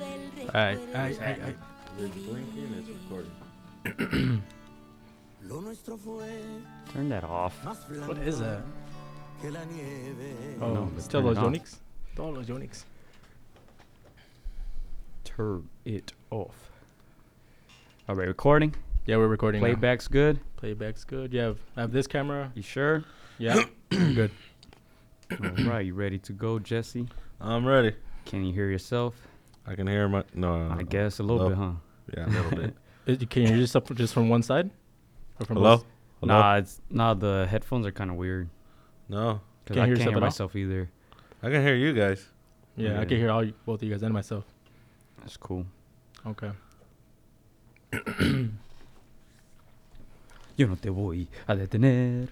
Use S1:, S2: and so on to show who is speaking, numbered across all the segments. S1: Alright, alright, alright, alright.
S2: We're blinking, it's recording.
S3: Lo nuestro fue
S4: Turn that off.
S3: más blanco
S1: What is that?
S3: que la nieve.
S1: Oh,
S4: No, but
S1: still
S4: turn it
S1: those
S4: off.
S1: Yonix? Still those Yonix.
S4: Turn it off. All right, recording.
S1: Yeah, we're recording. now.
S4: Playback's good.
S1: Playback's good. You have, I have this camera.
S4: You sure?
S1: Yeah, I'm good.
S4: All right, you ready to go, Jesse?
S2: I'm ready.
S4: Can you hear yourself?
S2: I can hear my no.
S1: Uh-huh.
S4: I guess a little
S2: hello?
S4: bit, huh?
S2: Yeah, a little bit.
S1: Is- Can Uh, you just up just from one side? Or from
S2: Hello?
S1: both?
S2: Hello?
S4: Nah, it's nah. The headphones are kind of weird
S2: No,
S4: because
S1: Can't
S4: I
S1: hear
S4: can't
S1: yourself
S4: hear
S1: at all?
S4: myself either.
S2: I can hear you guys.
S1: Yeah, I
S4: Yeah.
S1: can hear all you, both of you guys and myself.
S4: That's cool.
S1: Okay.
S4: Yo no te voy a detener.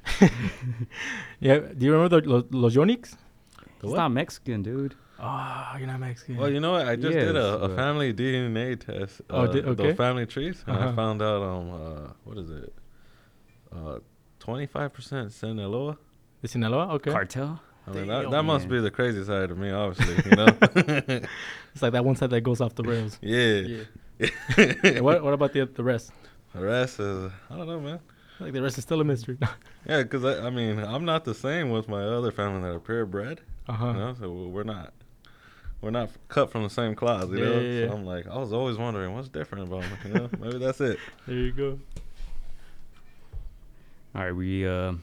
S1: Yeah, do you remember the, los, los Yonix?
S4: It's not Mexican, dude.
S1: Oh, you're not Mexican.
S2: Well, you know what? I just
S4: Yes,
S2: did a, a
S4: but-
S2: family DNA test.
S1: Oh,
S2: uh,
S1: did-
S2: the
S1: okay.
S2: family trees, and
S1: Uh-huh.
S2: I found out um uh what is it? Uh, twenty five percent Sinaloa.
S1: the Sinaloa? Okay.
S4: Cartel.
S2: I
S4: Damn,
S2: mean that, that must
S4: man.
S2: be the crazy side of me, obviously. You know.
S1: It's like that one side that goes off the rails.
S2: yeah.
S1: yeah. And what, what about the, the rest?
S2: The rest is I don't know, man.
S1: Like the rest is still a mystery.
S2: Yeah, because I, I mean I'm not the same with my other family that are purebred.
S1: uh-huh.
S2: You know, so we- we're not we're not cut from the same cloth, you
S1: Yeah,
S2: know.
S1: yeah, yeah.
S2: So I'm like, I was always wondering what's different about me. You know, maybe that's it.
S1: There you go.
S4: All right, we uh,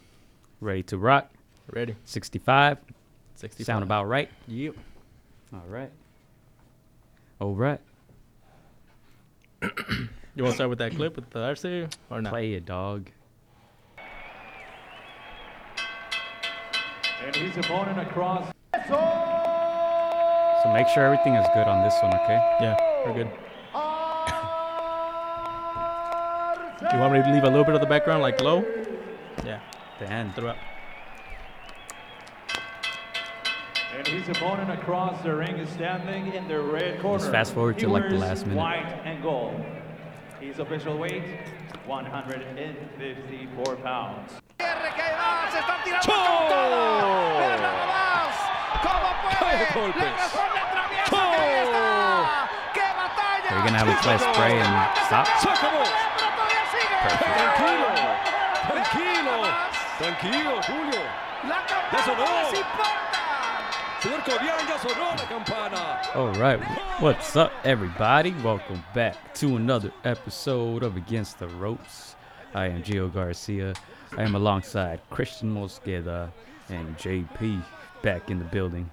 S4: ready to rock.
S1: Ready.
S4: 65.
S1: 60
S4: Sound about right.
S1: Yep.
S4: All right. All right.
S1: You want to start with that clip with the RC or not?
S4: Play it, dog.
S5: And his opponent across.
S4: So make sure everything is good on this one, okay?
S1: Yeah, we're good. you want me to leave a little bit of the background, like low? Yeah,
S4: The end.
S1: throughout.
S5: And his opponent across the ring is standing in the red corner.
S4: fast forward to,
S5: He
S4: like, the
S5: wears
S4: last minute.
S5: White and gold. His official weight, 154 pounds.
S4: They're gonna have a play spray and stop. Perfect.
S6: Tranquilo, tranquilo, Julio. Ya sonó. Señor Cobian, ya sonó la campana.
S4: All right. What's up, everybody? Welcome back to another episode of Against the Ropes. I am Gio Garcia. I am alongside Christian Mosqueda and JP back in the building.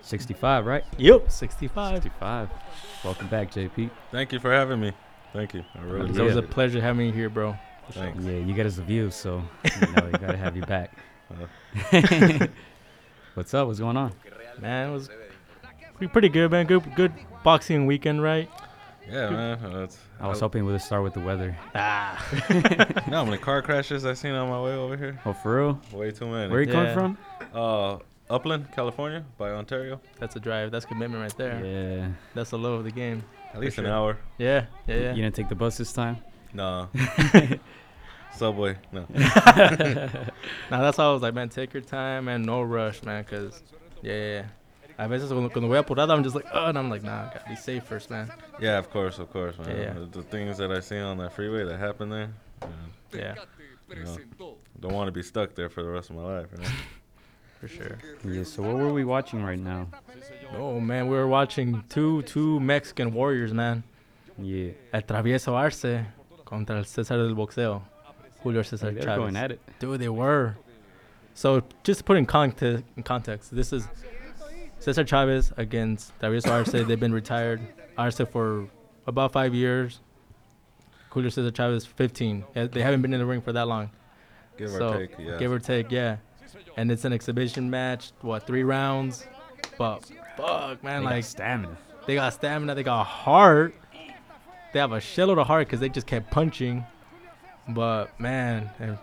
S4: 65, right?
S1: Yep, 65.
S4: 65. Welcome back, JP.
S2: Thank you for having me. Thank you. I really
S4: It
S1: It was
S2: appreciate
S1: a
S2: it.
S1: pleasure having you here, bro.
S2: Thanks.
S4: Yeah, you got us a view, so you know, we gotta have you back. What's up? What's going on?
S1: Man, it was pretty, pretty good, man. Good, good boxing weekend, right?
S2: Yeah, man. uh, It's,
S4: I was hoping we'd start with the weather.
S2: you know how many car crashes I seen on my way over here?
S4: Oh, for real?
S2: Way too many.
S4: Where you
S1: Yeah.
S4: coming from?
S2: Uh, Upland, California, by Ontario.
S1: That's a drive. That's commitment right there.
S4: Yeah.
S1: That's the low of the game.
S2: At least an
S1: sure.
S2: hour.
S1: Yeah, yeah, yeah.
S4: You didn't take the bus this time?
S2: No. Subway. No.
S1: Now that's how I was like, man, take your time and no rush, man, because, yeah, yeah, yeah. A veces cuando, cuando voy apurado, I'm just like, oh, and I'm like, nah, gotta be safe first, man.
S2: Yeah, of course, of course, man.
S1: Yeah.
S2: The, the things that I seen on that freeway that happened there, man,
S1: Yeah,
S2: don't want to be stuck there for the rest of my life. You know?
S1: for sure.
S4: Yeah, so what were we watching right now?
S1: Oh man, we were watching two two Mexican warriors, man.
S4: Yeah.
S1: El Travieso Arce contra el César del Boxeo, Julio César
S4: They're
S1: Chávez.
S4: going at it.
S1: Dude, they were. So just to put in context, in context, this is César Chávez against Travieso Arce. They've been retired Arce for about five years. Julio César Chávez, 15. Yeah, They haven't been in the ring for that long.
S2: Give
S1: So,
S2: or take. Yeah.
S1: Give or take, yeah. And it's an exhibition match, what, three rounds? But fuck, man,
S4: They got
S1: like
S4: stamina.
S1: they got stamina. They got heart. They have a shitload of heart because they just kept punching. But man, and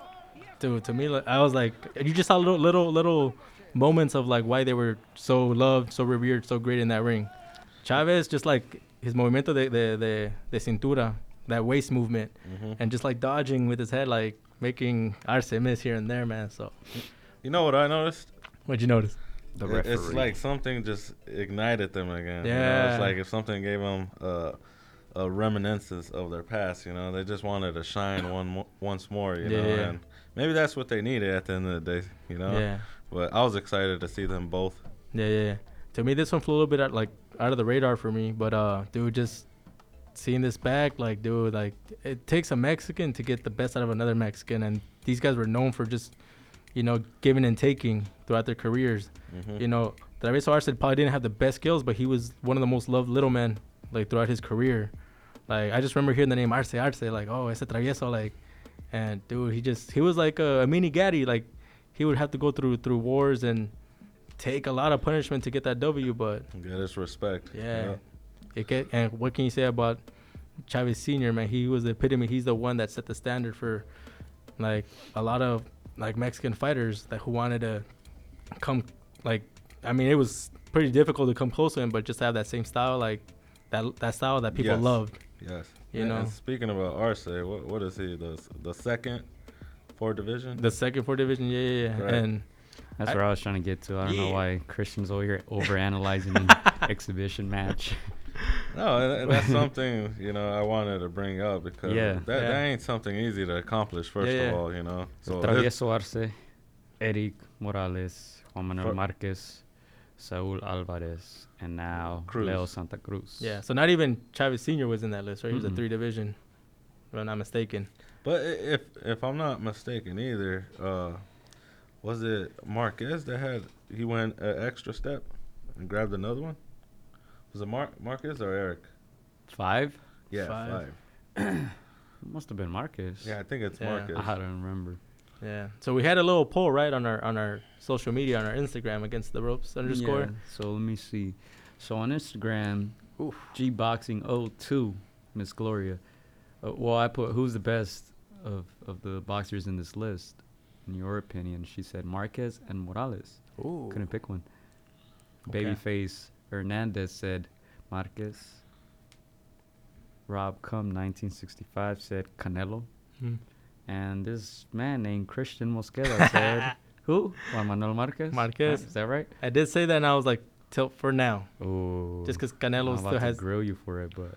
S1: dude, to me, like, I was like, you just saw little, little, little moments of like why they were so loved, so revered, so great in that ring. Chavez just like his movimiento de de de, de cintura, that waist movement, and just like dodging with his head, like making Arce miss here and there, man. So
S2: You know what I noticed?
S1: what'd you notice?
S4: the
S2: It-
S4: referee.
S2: It's like something just ignited them again. You know?
S1: Yeah.
S2: It's like if something gave them uh, a reminiscence of their past, you know, they just wanted to shine one mo- once more, you know.
S1: Yeah.
S2: And maybe that's what they needed at the end of the day, you know.
S1: Yeah.
S2: But I was excited to see them both.
S1: Yeah, yeah, yeah. To me, this one flew a little bit out, like out of the radar for me. But uh, dude, just seeing this back, like, dude, like it takes a Mexican to get the best out of another Mexican, and these guys were known for just, you know, giving and taking throughout their careers. You know, Travis Arce probably didn't have the best skills, but he was one of the most loved little men like throughout his career. Like I just remember hearing the name Arce Arce, like, oh, ese travieso, like, and dude, he just he was like a, a mini Gaddy, like he would have to go through through wars and take a lot of punishment to get that W, but
S2: Get his respect. you
S1: yeah,
S2: know?
S1: it get, and what can you say about Chavez Senior? Man, he was the epitome. He's the one that set the standard for like a lot of like Mexican fighters that who wanted to come. Like, I mean, it was pretty difficult to come close to him, but just to have that same style, like that that style that people
S2: Yes.
S1: loved.
S2: Yes.
S1: You
S2: And-
S1: know.
S2: And speaking about Arce, what what is he? The s- the second, four division.
S1: The second four division, yeah, yeah, yeah.
S2: Right.
S1: and
S4: That's
S1: I-
S4: where I was trying to get to. I don't know
S1: Yeah.
S4: why Christian's over here overanalyzing an exhibition match.
S2: No, and- and that's something you know I wanted to bring up because
S4: Yeah.
S2: that, that
S1: Yeah.
S2: ain't something easy to accomplish. First
S1: Yeah,
S2: of
S1: yeah.
S2: all, you know. So it's-
S4: Travieso Arce, Eric Morales, Juan Manuel
S2: For-
S4: Marquez, Saul Alvarez, and now
S2: Cruz.
S4: Leo Santa Cruz.
S1: yeah, so not even Chavez Senior was in that list, right? He was
S4: Mm-mm.
S1: a three division, if I'm not mistaken.
S2: But i- if if I'm not mistaken either, uh, was it Marquez that had he went an extra step and grabbed another one? Was it Mar- Marquez or Eric?
S4: Five?
S2: Yeah,
S1: Five.
S2: five.
S4: Must have been Marquez.
S2: Yeah, I think it's
S1: Yeah.
S2: Marquez.
S4: I don't remember.
S1: Yeah. So we had a little poll right on our on our social media on our Instagram against the ropes underscore.
S4: Yeah, So let me see. So on Instagram, G Boxing 02, Miss Gloria. Uh, well, I put who's the best of, of the boxers in this list, in your opinion? She said Marquez and Morales.
S1: Ooh.
S4: Couldn't pick one.
S1: Okay.
S4: Babyface Hernandez said Marquez. Rob Cum 1965 said Canelo.
S1: Hmm.
S4: And this man named Christian Mosqueda said who? Juan Manuel Marquez. Uh,
S1: Marquez.
S4: Is that right?
S1: I did say that, and I was like, tilt for now,
S4: Oh.
S1: just because
S4: I'm
S1: Canelo
S4: about
S1: still
S4: to
S1: has.
S4: grill you for it, but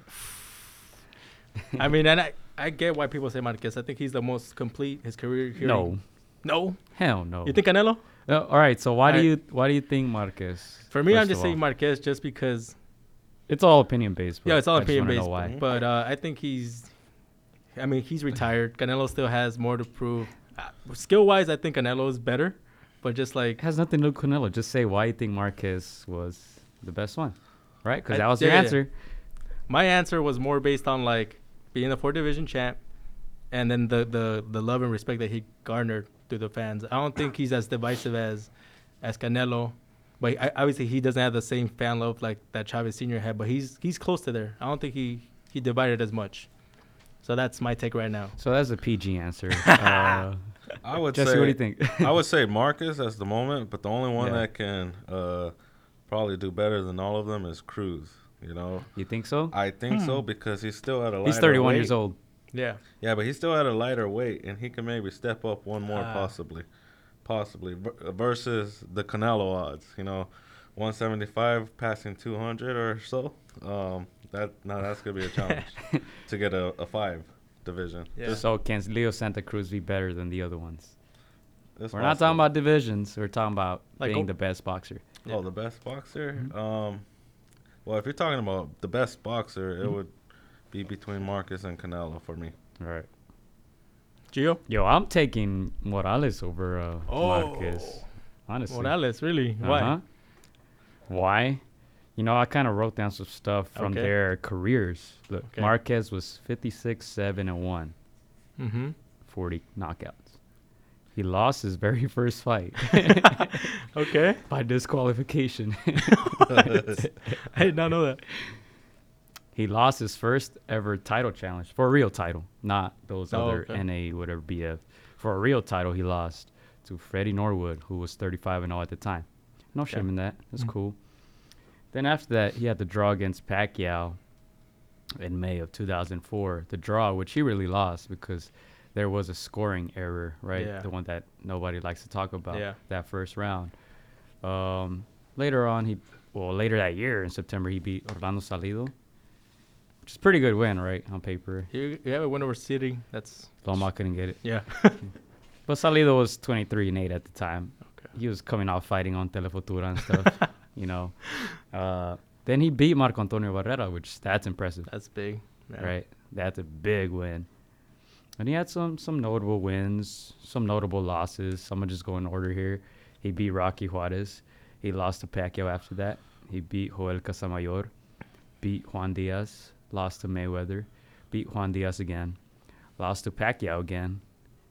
S1: I mean, and I I get why people say Marquez. I think he's the most complete his career. Here.
S4: no,
S1: No.
S4: hell no.
S1: You think Canelo?
S4: No, all right. So why do
S1: Alright.
S4: you why do you think Marquez?
S1: For me, i I'm
S4: first
S1: just
S4: of
S1: saying
S4: all?
S1: Marquez just because.
S4: it's all opinion based.
S1: Yeah,
S4: but
S1: it's all
S4: I just wanna
S1: opinion based.
S4: Know why?
S1: But uh, I think he's. I mean, he's retired. Canelo still has more to prove. Uh, skill wise, I think Canelo is better, but just like
S4: It has nothing to do with Canelo. Just say why you think Marquez was the best one, right? Because
S1: I-
S4: that was
S1: yeah,
S4: your
S1: yeah, yeah.
S4: answer.
S1: my answer was more based on like being the four division champ and then the, the, the love and respect that he garnered through the fans. I don't think he's as divisive as as Canelo, but I, obviously he doesn't have the same fan love like that Chavez Senior had. But he's he's close to there. I don't think he he divided as much. So that's my take right now.
S4: So that's a PG answer. uh,
S2: I would
S4: Jesse,
S2: say,
S4: what do you think?
S2: I would say Marcus as the moment, but the only one
S4: Yeah.
S2: that can uh, probably do better than all of them is Cruz. You know,
S4: you think so?
S2: I think
S1: Hmm.
S2: so because he's still at a.
S4: He's
S2: lighter
S4: 31
S2: weight.
S4: years old.
S1: Yeah,
S2: Yeah, but he's still at a lighter weight, and he can maybe step up one more,
S1: Ah.
S2: possibly, possibly ver- versus the Canelo odds. You know, one seventy five passing two hundred or so. Um, that no, that's gonna be a challenge to get a, a five division.
S1: yeah.
S4: So can Leo Santa Cruz be better than the other ones?
S2: It's
S4: We're not talking
S2: possible.
S4: about divisions. We're talking about
S1: Like,
S4: being
S1: oh-
S4: the best boxer.
S2: oh the best boxer.
S4: Mm-hmm.
S2: Um, well, if you're talking about the best boxer,
S4: Mm-hmm.
S2: it would be between Marcus and Canelo for me.
S4: Right.
S1: Gio
S4: Yo, I'm taking Morales over uh, Marquez. Honestly.
S1: Oh. Morales, really?
S4: Uh-huh.
S1: Why?
S4: Why? You know, I kind of wrote down some stuff from
S1: Okay.
S4: their careers. Look,
S1: Okay.
S4: Marquez was 56, 7, and 1,
S1: Mm-hmm.
S4: 40 knockouts. He lost his very first fight
S1: Okay,
S4: by disqualification.
S1: I did not know that.
S4: he lost his first ever title challenge for a real title, not those
S1: Oh,
S4: other
S1: okay.
S4: NA whatever BF. For a real title, he lost to Freddie Norwood, who was 35 and all at the time. No shame in that. That's
S1: Mm.
S4: cool. Then after that, he had the draw against Pacquiao in May of 2004. The draw, which he really lost because there was a scoring error, right?
S1: Yeah.
S4: The one that nobody likes to talk about.
S1: Yeah.
S4: That first round. Um, Later on, he well later that year in September he beat Orlando Salido, which is a pretty good win, right on paper.
S1: You, you have a win over City. That's
S4: Loma couldn't get it,
S1: yeah.
S4: but Salido was 23 and 8 at the time.
S1: Okay.
S4: He was coming out fighting on Telefutura and stuff, you know. Uh, then he beat Marco Antonio Barrera, which that's impressive.
S1: That's big. Yeah.
S4: right? That's a big win. And he had some some notable wins, some notable losses. So I'm gonna just go in order here. He beat Rocky Juarez. He lost to Pacquiao after that. He beat Joel Casamayor. Beat Juan Diaz. Lost to Mayweather. Beat Juan Diaz again. Lost to Pacquiao again.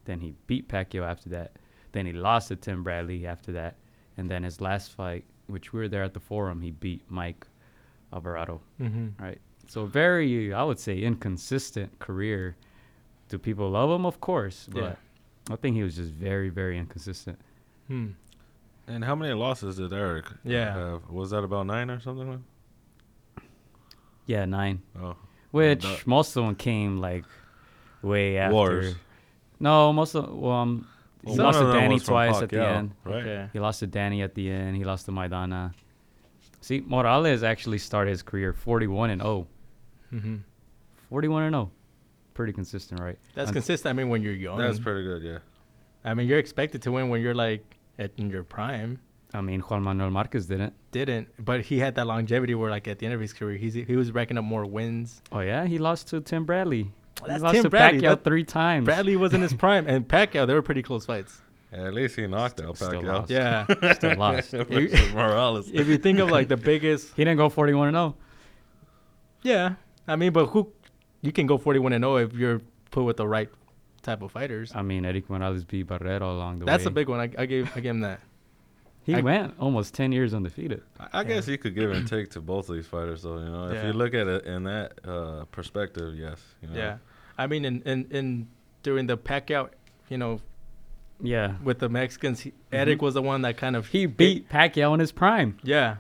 S4: Then he beat Pacquiao after that. Then he lost to Tim Bradley after that. And then his last fight, which we were there at the forum, he beat Mike Alvarado
S1: Mm-hmm.
S4: right? So very, I would say, inconsistent career. Do people love him? Of course, but
S1: Yeah.
S4: I think he was just very, very inconsistent.
S1: Hmm.
S2: And how many losses did Eric?
S1: Yeah.
S2: Have? Was that about nine or something? like-
S4: Yeah, nine.
S2: Oh,
S4: Which
S2: that-
S4: most of them came like way after.
S2: Wars.
S4: No, most of well, um, he
S2: Well,
S4: lost
S2: one
S4: to
S2: of them
S4: Danny
S2: was from
S4: twice at the
S2: Pacquiao,
S4: end.
S2: right?
S1: Okay.
S4: He lost to Danny at the end. He lost to Maidana. See, Morales actually started his career 41 and 0.
S1: Mm-hmm.
S4: 41 and 0. Pretty consistent, right?
S1: That's
S4: Un-
S1: consistent. I mean, when you're young,
S2: That's pretty good. Yeah.
S1: I mean, you're expected to win when you're like at in your prime.
S4: I mean, Juan Manuel Marquez didn't.
S1: Didn't, but he had that longevity where, like, at the end of his career, he's he was racking up more wins.
S4: Oh yeah, he lost to Tim Bradley. he
S1: that's
S4: lost
S1: Tim
S4: to
S1: Bradley.
S4: Pacquiao
S1: That-
S4: three times.
S1: Bradley was in his prime, and Pacquiao. They were pretty close fights.
S2: At least he knocked out
S4: still
S2: Pacquiao.
S4: lost.
S1: Yeah.
S4: still lost.
S2: Versus Morales.
S1: if you think of like the biggest,
S4: He didn't go 41 and oh. 0.
S1: yeah. I mean, but who? You can go 41 and 0 if you're put with the right type of fighters.
S4: I mean, Eric Morales beat Barrera along the way.
S1: That's a big one. I, I gave I gave him that.
S4: He
S1: I-
S4: went almost 10 years undefeated.
S2: I- I guess you could give and take to both of these fighters, though. You know, if
S1: Yeah.
S2: you look at it in that uh, perspective, yes. You know.
S1: Yeah. I mean, in in, in during the Pacquiao, you know,
S4: Yeah.
S1: with the Mexicans, he, Eric was the one that kind of
S4: Mm-hmm. He beat Pacquiao in his prime.
S1: Yeah.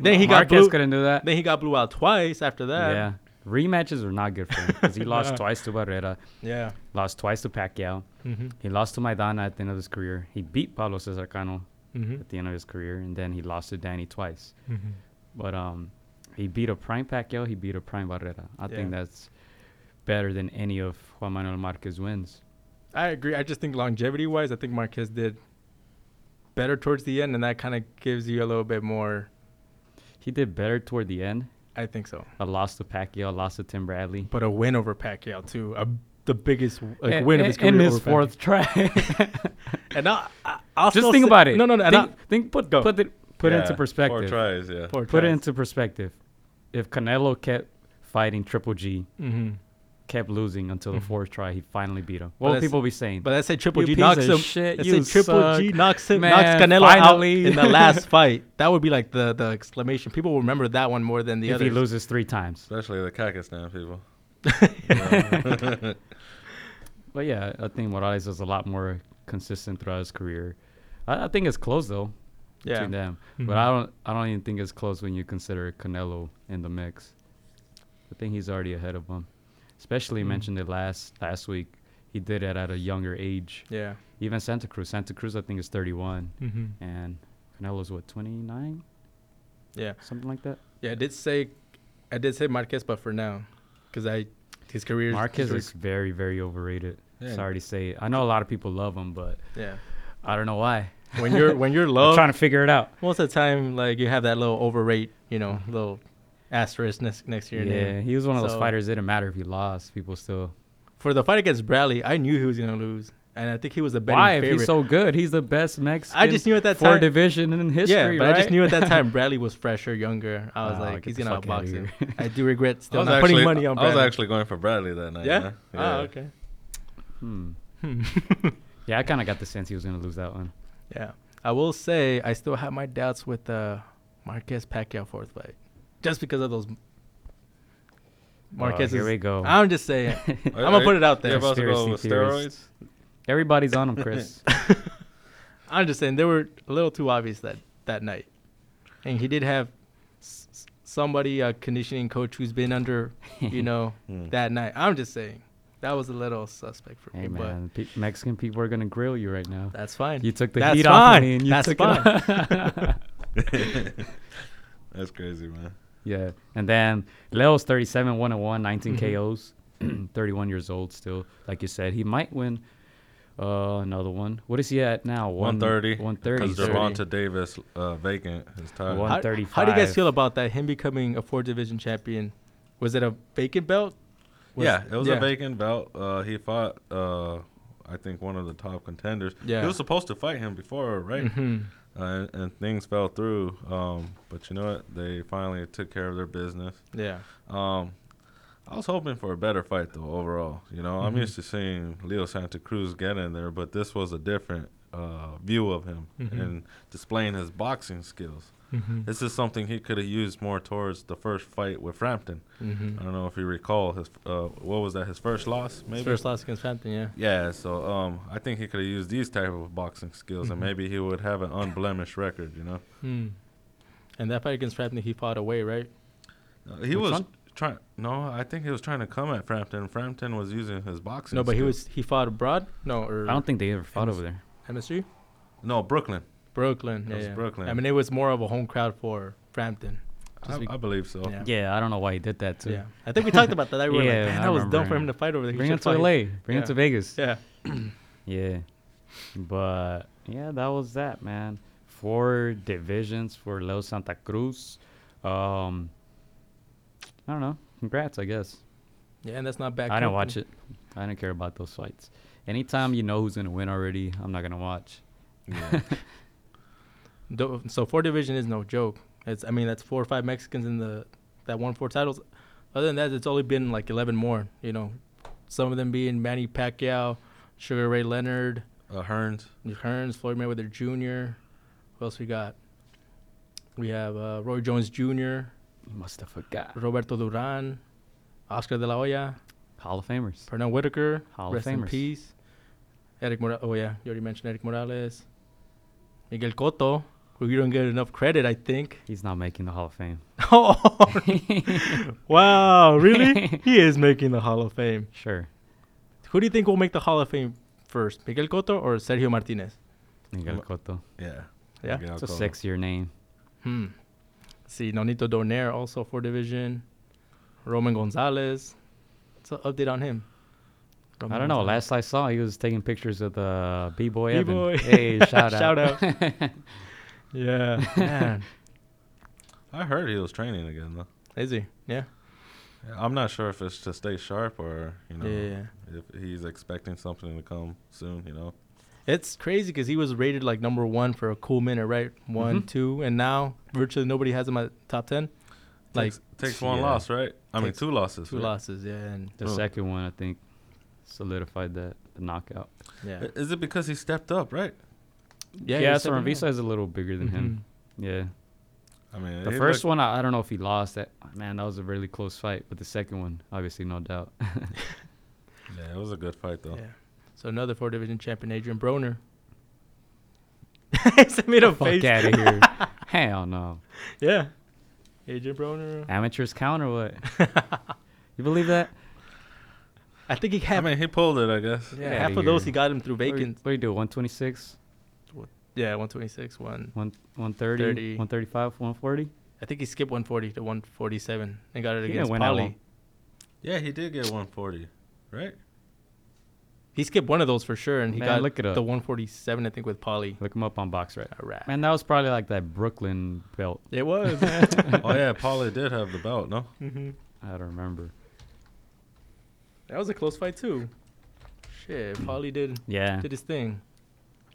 S1: then he got
S4: Marquez
S1: blew,
S4: couldn't do that.
S1: then he got blew out twice after that.
S4: yeah. Rematches are not good for him because he lost twice to Barrera,
S1: Yeah.
S4: lost twice to Pacquiao.
S1: Mhm.
S4: He lost to Maidana at the end of his career. He beat Pablo Cesar Cano
S1: Mhm.
S4: at the end of his career, and then he lost to Danny twice.
S1: Mm-hmm.
S4: But um, he beat a prime Pacquiao. He beat a prime Barrera. I
S1: Yeah.
S4: think that's better than any of Juan Manuel Marquez wins.
S1: I agree. I just think longevity wise, I think Marquez did better towards the end, and that kind of gives you a little bit more.
S4: He did better toward the end.
S1: I think so.
S4: A loss to Pacquiao, a loss to Tim Bradley.
S1: But a win over Pacquiao too. A, the biggest like,
S4: A-
S1: win
S4: a-
S1: of his career.
S4: in his
S1: over Pacquiao.
S4: fourth try.
S1: And I, I, I'll
S4: Just
S1: still
S4: think
S1: say-
S4: about it.
S1: No, no, no.
S4: Think,
S1: Think,
S4: think put
S1: Go.
S4: put it put it
S2: Yeah,
S4: into perspective.
S2: Four tries, yeah.
S4: Put it into perspective. If Canelo kept fighting Triple G,
S1: hmm
S4: kept losing until
S1: Mm-hmm.
S4: the fourth try, he finally beat him. What would
S1: let's-
S4: people be saying?
S1: But let's say Triple
S4: You
S1: G
S4: piece
S1: knocks
S4: of
S1: him.
S4: shit,
S1: let's
S4: you
S1: say Triple G
S4: suck.
S1: knocks him,
S4: Man,
S1: knocks Canelo
S4: finally.
S1: out in the last fight. That would be like the, the exclamation. People will remember that one more than the
S4: if
S1: other.
S4: he loses three times.
S2: Especially the Kakistan people.
S4: But yeah, I think Morales is a lot more consistent throughout his career. I, I think it's close though
S1: yeah.
S4: between them, but I don't. I don't even think it's close when you consider Canelo in the mix. I think he's already ahead of him. Especially mentioned it last last week. He did it at a younger age.
S1: Yeah.
S4: Even Santa Cruz. Santa Cruz, I think, is 31,
S1: Mm-hmm.
S4: and Canelo's what 29,
S1: Yeah.
S4: something like that.
S1: Yeah. I did say, I did say Marquez, but for now, because I his career.
S4: Marquez is very, very overrated.
S2: Yeah.
S4: Sorry to say it. I know a lot of people love him, but
S1: Yeah.
S4: I don't know why.
S1: When you're when you're
S4: I'm
S1: low,
S4: trying to figure it out.
S1: most of the time like you have that little overrate, you know, little asterisk next next year.
S4: yeah, he was one of those
S1: So-
S4: fighters. It didn't matter if he lost. People still.
S1: For the fight against Bradley, I knew he was gonna lose, and I think he was the betting
S4: Why? If
S1: favorite.
S4: he's so good, he's the best Mexican.
S1: I just knew at that
S4: four
S1: time-
S4: division in history.
S1: yeah, but I just
S4: right?
S1: knew at that time Bradley was fresher, younger. I was
S4: Oh,
S1: like,
S4: get
S1: he's
S4: the
S1: gonna
S4: fuck outta
S1: outbox him.
S4: here.
S1: I do regret
S2: I
S1: still
S2: was,
S1: not
S2: actually,
S1: putting money on
S2: I was
S1: Bradley.
S2: actually going for Bradley that night.
S1: yeah?
S2: man.
S1: Oh, okay.
S4: Hmm. yeah, I kind of got the sense he was gonna lose that one.
S1: Yeah, I will say I still have my doubts with uh, Marquez Pacquiao fourth fight, just because of those. Marquez.
S4: Oh, here we go.
S1: I'm just saying. I'm gonna put it out there.
S2: You're about to go
S4: Conspiracy
S2: with steroids?
S4: theorists. Everybody's on him, Chris.
S1: I'm just saying they were a little too obvious that that night, and he did have s- s- somebody a conditioning coach who's been under, you know, that night. I'm just saying that was a little suspect for
S4: Hmm. hey
S1: me, but
S4: man, pe- Mexican people are gonna grill you right now.
S1: that's fine.
S4: You took the
S1: That's
S4: heat off of
S1: fine.
S4: me and you
S1: That's
S4: took
S1: fine.
S4: it off.
S2: That's crazy, man.
S4: Yeah. And then Leo's oh 37, 101, 19
S1: Mm-hmm.
S4: KOs, 31 years old still. Like you said, he might win uh, another one. What is he at now? One-
S2: 130.
S4: 130.
S2: Because
S4: 30.
S2: Devonta Davis uh, vacant is tired.
S4: One-
S1: How, how do you guys
S4: 135.
S1: feel about that? Him becoming a four division champion? Was it a vacant belt? Was-
S2: yeah, it was
S1: yeah.
S2: a vacant belt. Uh, he fought, uh, I think, one of the top contenders.
S1: Yeah.
S2: He was supposed to fight him before, right?
S1: Mhm.
S2: Uh, and, and things fell through. Um, but you know what? They finally took care of their business.
S1: Yeah.
S2: Um, I was hoping for a better fight, though, overall. You know,
S1: Mm-hmm.
S2: I'm used to seeing Leo Santa Cruz get in there, but this was a different uh, view of him
S1: Mm-hmm.
S2: and displaying his boxing skills. This is something he could have used more towards the first fight with Frampton.
S1: Mm-hmm.
S2: I don't know if you recall his uh, what was that his first loss maybe
S1: First loss against Frampton, yeah.
S2: yeah so um I think he could have used these type of boxing skills
S1: Mm-hmm.
S2: and maybe he would have an unblemished record you know
S1: Hmm. And that fight against Frampton, he fought away, right?
S2: Uh, he
S4: Which
S2: was
S4: one?
S2: trying no I think he was trying to come at Frampton Frampton was using his boxing
S1: No, but he
S2: skills.
S1: was he fought abroad. No, or
S4: I don't think they ever fought over there.
S1: MSU,
S2: No, Brooklyn.
S1: Brooklyn.
S2: It
S1: Yeah,
S2: was
S1: yeah.
S2: Brooklyn.
S1: I mean, it was more of a home crowd for Frampton. Just
S2: I,
S1: be-
S2: I believe so.
S1: Yeah.
S4: Yeah, I don't know why he did that too.
S1: yeah, I think we talked about that. We were
S4: Yeah,
S1: like, man,
S4: I
S1: that was dumb
S4: remember.
S1: for him to fight over there. He
S4: Bring him
S1: should
S4: to
S1: fight."
S4: LA. Bring him
S1: Yeah.
S4: to Vegas.
S1: Yeah,
S4: Yeah. But yeah, that was that, man. Four divisions for Leo Santa Cruz. Um I don't know. Congrats, I guess.
S1: yeah, and that's not bad.
S4: I didn't watch it. I didn't care about those fights. Anytime you know who's gonna win already, I'm not gonna watch.
S1: it. So four division is no joke. It's I mean that's four or five Mexicans in the that won four titles. Other than that, it's only been like eleven more. You know, some of them being Manny Pacquiao, Sugar Ray Leonard,
S2: Uh, Hearns.
S1: Hearns, Floyd Mayweather Jr. Who else we got? We have uh, Roy Jones Jr.,
S4: You must have forgot.
S1: Roberto Duran, Oscar De La Hoya,
S4: Hall of Famers.
S1: Pernell Whitaker,
S4: Hall of
S1: rest in
S4: Famers.
S1: peace. Eric Morales. Oh yeah, you already mentioned Eric Morales. Miguel Cotto, who you don't get enough credit, I think.
S4: He's not making the Hall of Fame.
S1: oh, wow, really? he is making the Hall of Fame.
S4: Sure.
S1: Who do you think will make the Hall of Fame first, Miguel Cotto or Sergio Martinez?
S4: Miguel
S2: Well,
S4: Cotto.
S2: Yeah.
S1: Yeah.
S2: Miguel
S4: It's a
S2: Cotto.
S4: six year name.
S1: Hmm. See, Nonito Donaire also for division. Roman Gonzalez. What's an update on him?
S4: I don't know. Last I saw, he was taking pictures of the B boy
S1: B-boy.
S4: Evan. Hey, shout out.
S1: Shout out. yeah. Man.
S2: I heard he was training again though.
S1: Is he? Yeah.
S2: Yeah, I'm not sure if it's to stay sharp or you know
S1: Yeah, yeah,
S2: if he's expecting something to come soon. You know.
S1: It's crazy because he was rated like number one for a cool minute, right? One, two, and now virtually nobody has him at top ten. Like
S2: takes, takes one
S4: yeah.
S2: loss, right? I mean,
S1: Takes
S2: two losses.
S1: two
S2: right?
S1: losses, yeah, and
S4: The
S2: Oh.
S4: second one, I think, solidified that the knockout.
S1: yeah,
S2: I- Is it because he stepped up, right?
S4: Yeah,
S1: yeah. he
S4: yeah
S1: was Mm-hmm.
S4: so
S1: second
S4: Ramvisa is a little bigger than him. Yeah.
S2: I mean,
S4: The first one, I, I don't know if he lost that. Man, that was a really close fight. But the second one, obviously, no doubt.
S2: one. Yeah, it was a good fight though.
S1: Yeah. So another four division champion, Adrian Broner. he made a
S4: Fuck
S1: face.
S4: out of here. Hell no.
S1: Yeah. Adrian Broner.
S4: Amateurs count or what? you believe that?
S1: I think he
S2: I
S1: had
S2: mean, he pulled it, I guess.
S1: yeah,
S4: outta
S1: half of those
S4: here.
S1: he got him through
S4: What do you-
S1: vacant.
S4: What do you do? 126,
S1: Yeah, 126, one.
S4: 1,
S1: 30.
S4: 130, 135, 140?
S1: I think he skipped 140 to 147 and got it
S4: He didn't
S1: against
S4: win that
S1: Polly.
S4: one.
S2: Yeah, he did get 140, right?
S1: He skipped one of those for sure, and he
S4: Man,
S1: got
S4: look it up.
S1: the 147, I think, with Polly.
S4: Look him up on Box Right.
S1: All right.
S4: Man, that was probably like that Brooklyn belt.
S1: It was. man.
S2: oh yeah, Paulie did have the belt, no?
S4: I don't remember.
S1: that was a close fight too. Shit, Polly did
S4: Yeah,
S1: did his thing.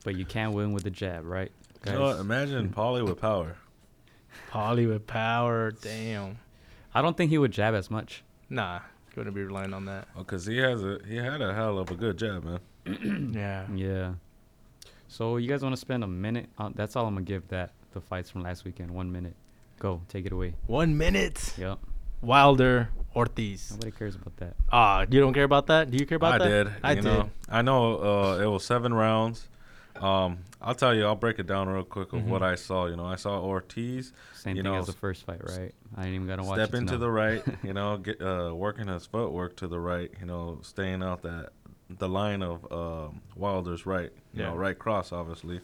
S4: but you can't win with the jab, right?
S2: You know what?
S4: Guys,
S2: Imagine Paulie with power.
S1: Polly with power. Damn.
S4: I don't think he would jab as much.
S1: Nah, couldn't be relying on that.
S2: Oh, cause he has a he had a hell of a good jab, man.
S1: Yeah.
S4: Yeah. So you guys want to spend a minute? On, that's all I'm gonna give that the fights from last weekend. One minute. Go take it away.
S1: One minute.
S4: Yep.
S1: Wilder Ortiz.
S4: Nobody cares about that.
S1: Ah, you don't care about that? Do you care about
S2: I
S1: that?
S2: did.
S1: I
S2: you
S1: did.
S2: Know, I know uh, it was seven rounds. Um, I'll tell you. I'll break it down real quick of what I saw. You know, I saw Ortiz
S4: Same
S2: You
S4: thing
S2: know,
S4: as the first fight, right? I ain't even gotta watch.
S2: step
S4: it to
S2: into
S4: know.
S2: the right. You know, get uh, working his footwork to the right. You know, staying out that the line of um Wilder's right. You
S1: Yeah.
S2: know, right cross, obviously.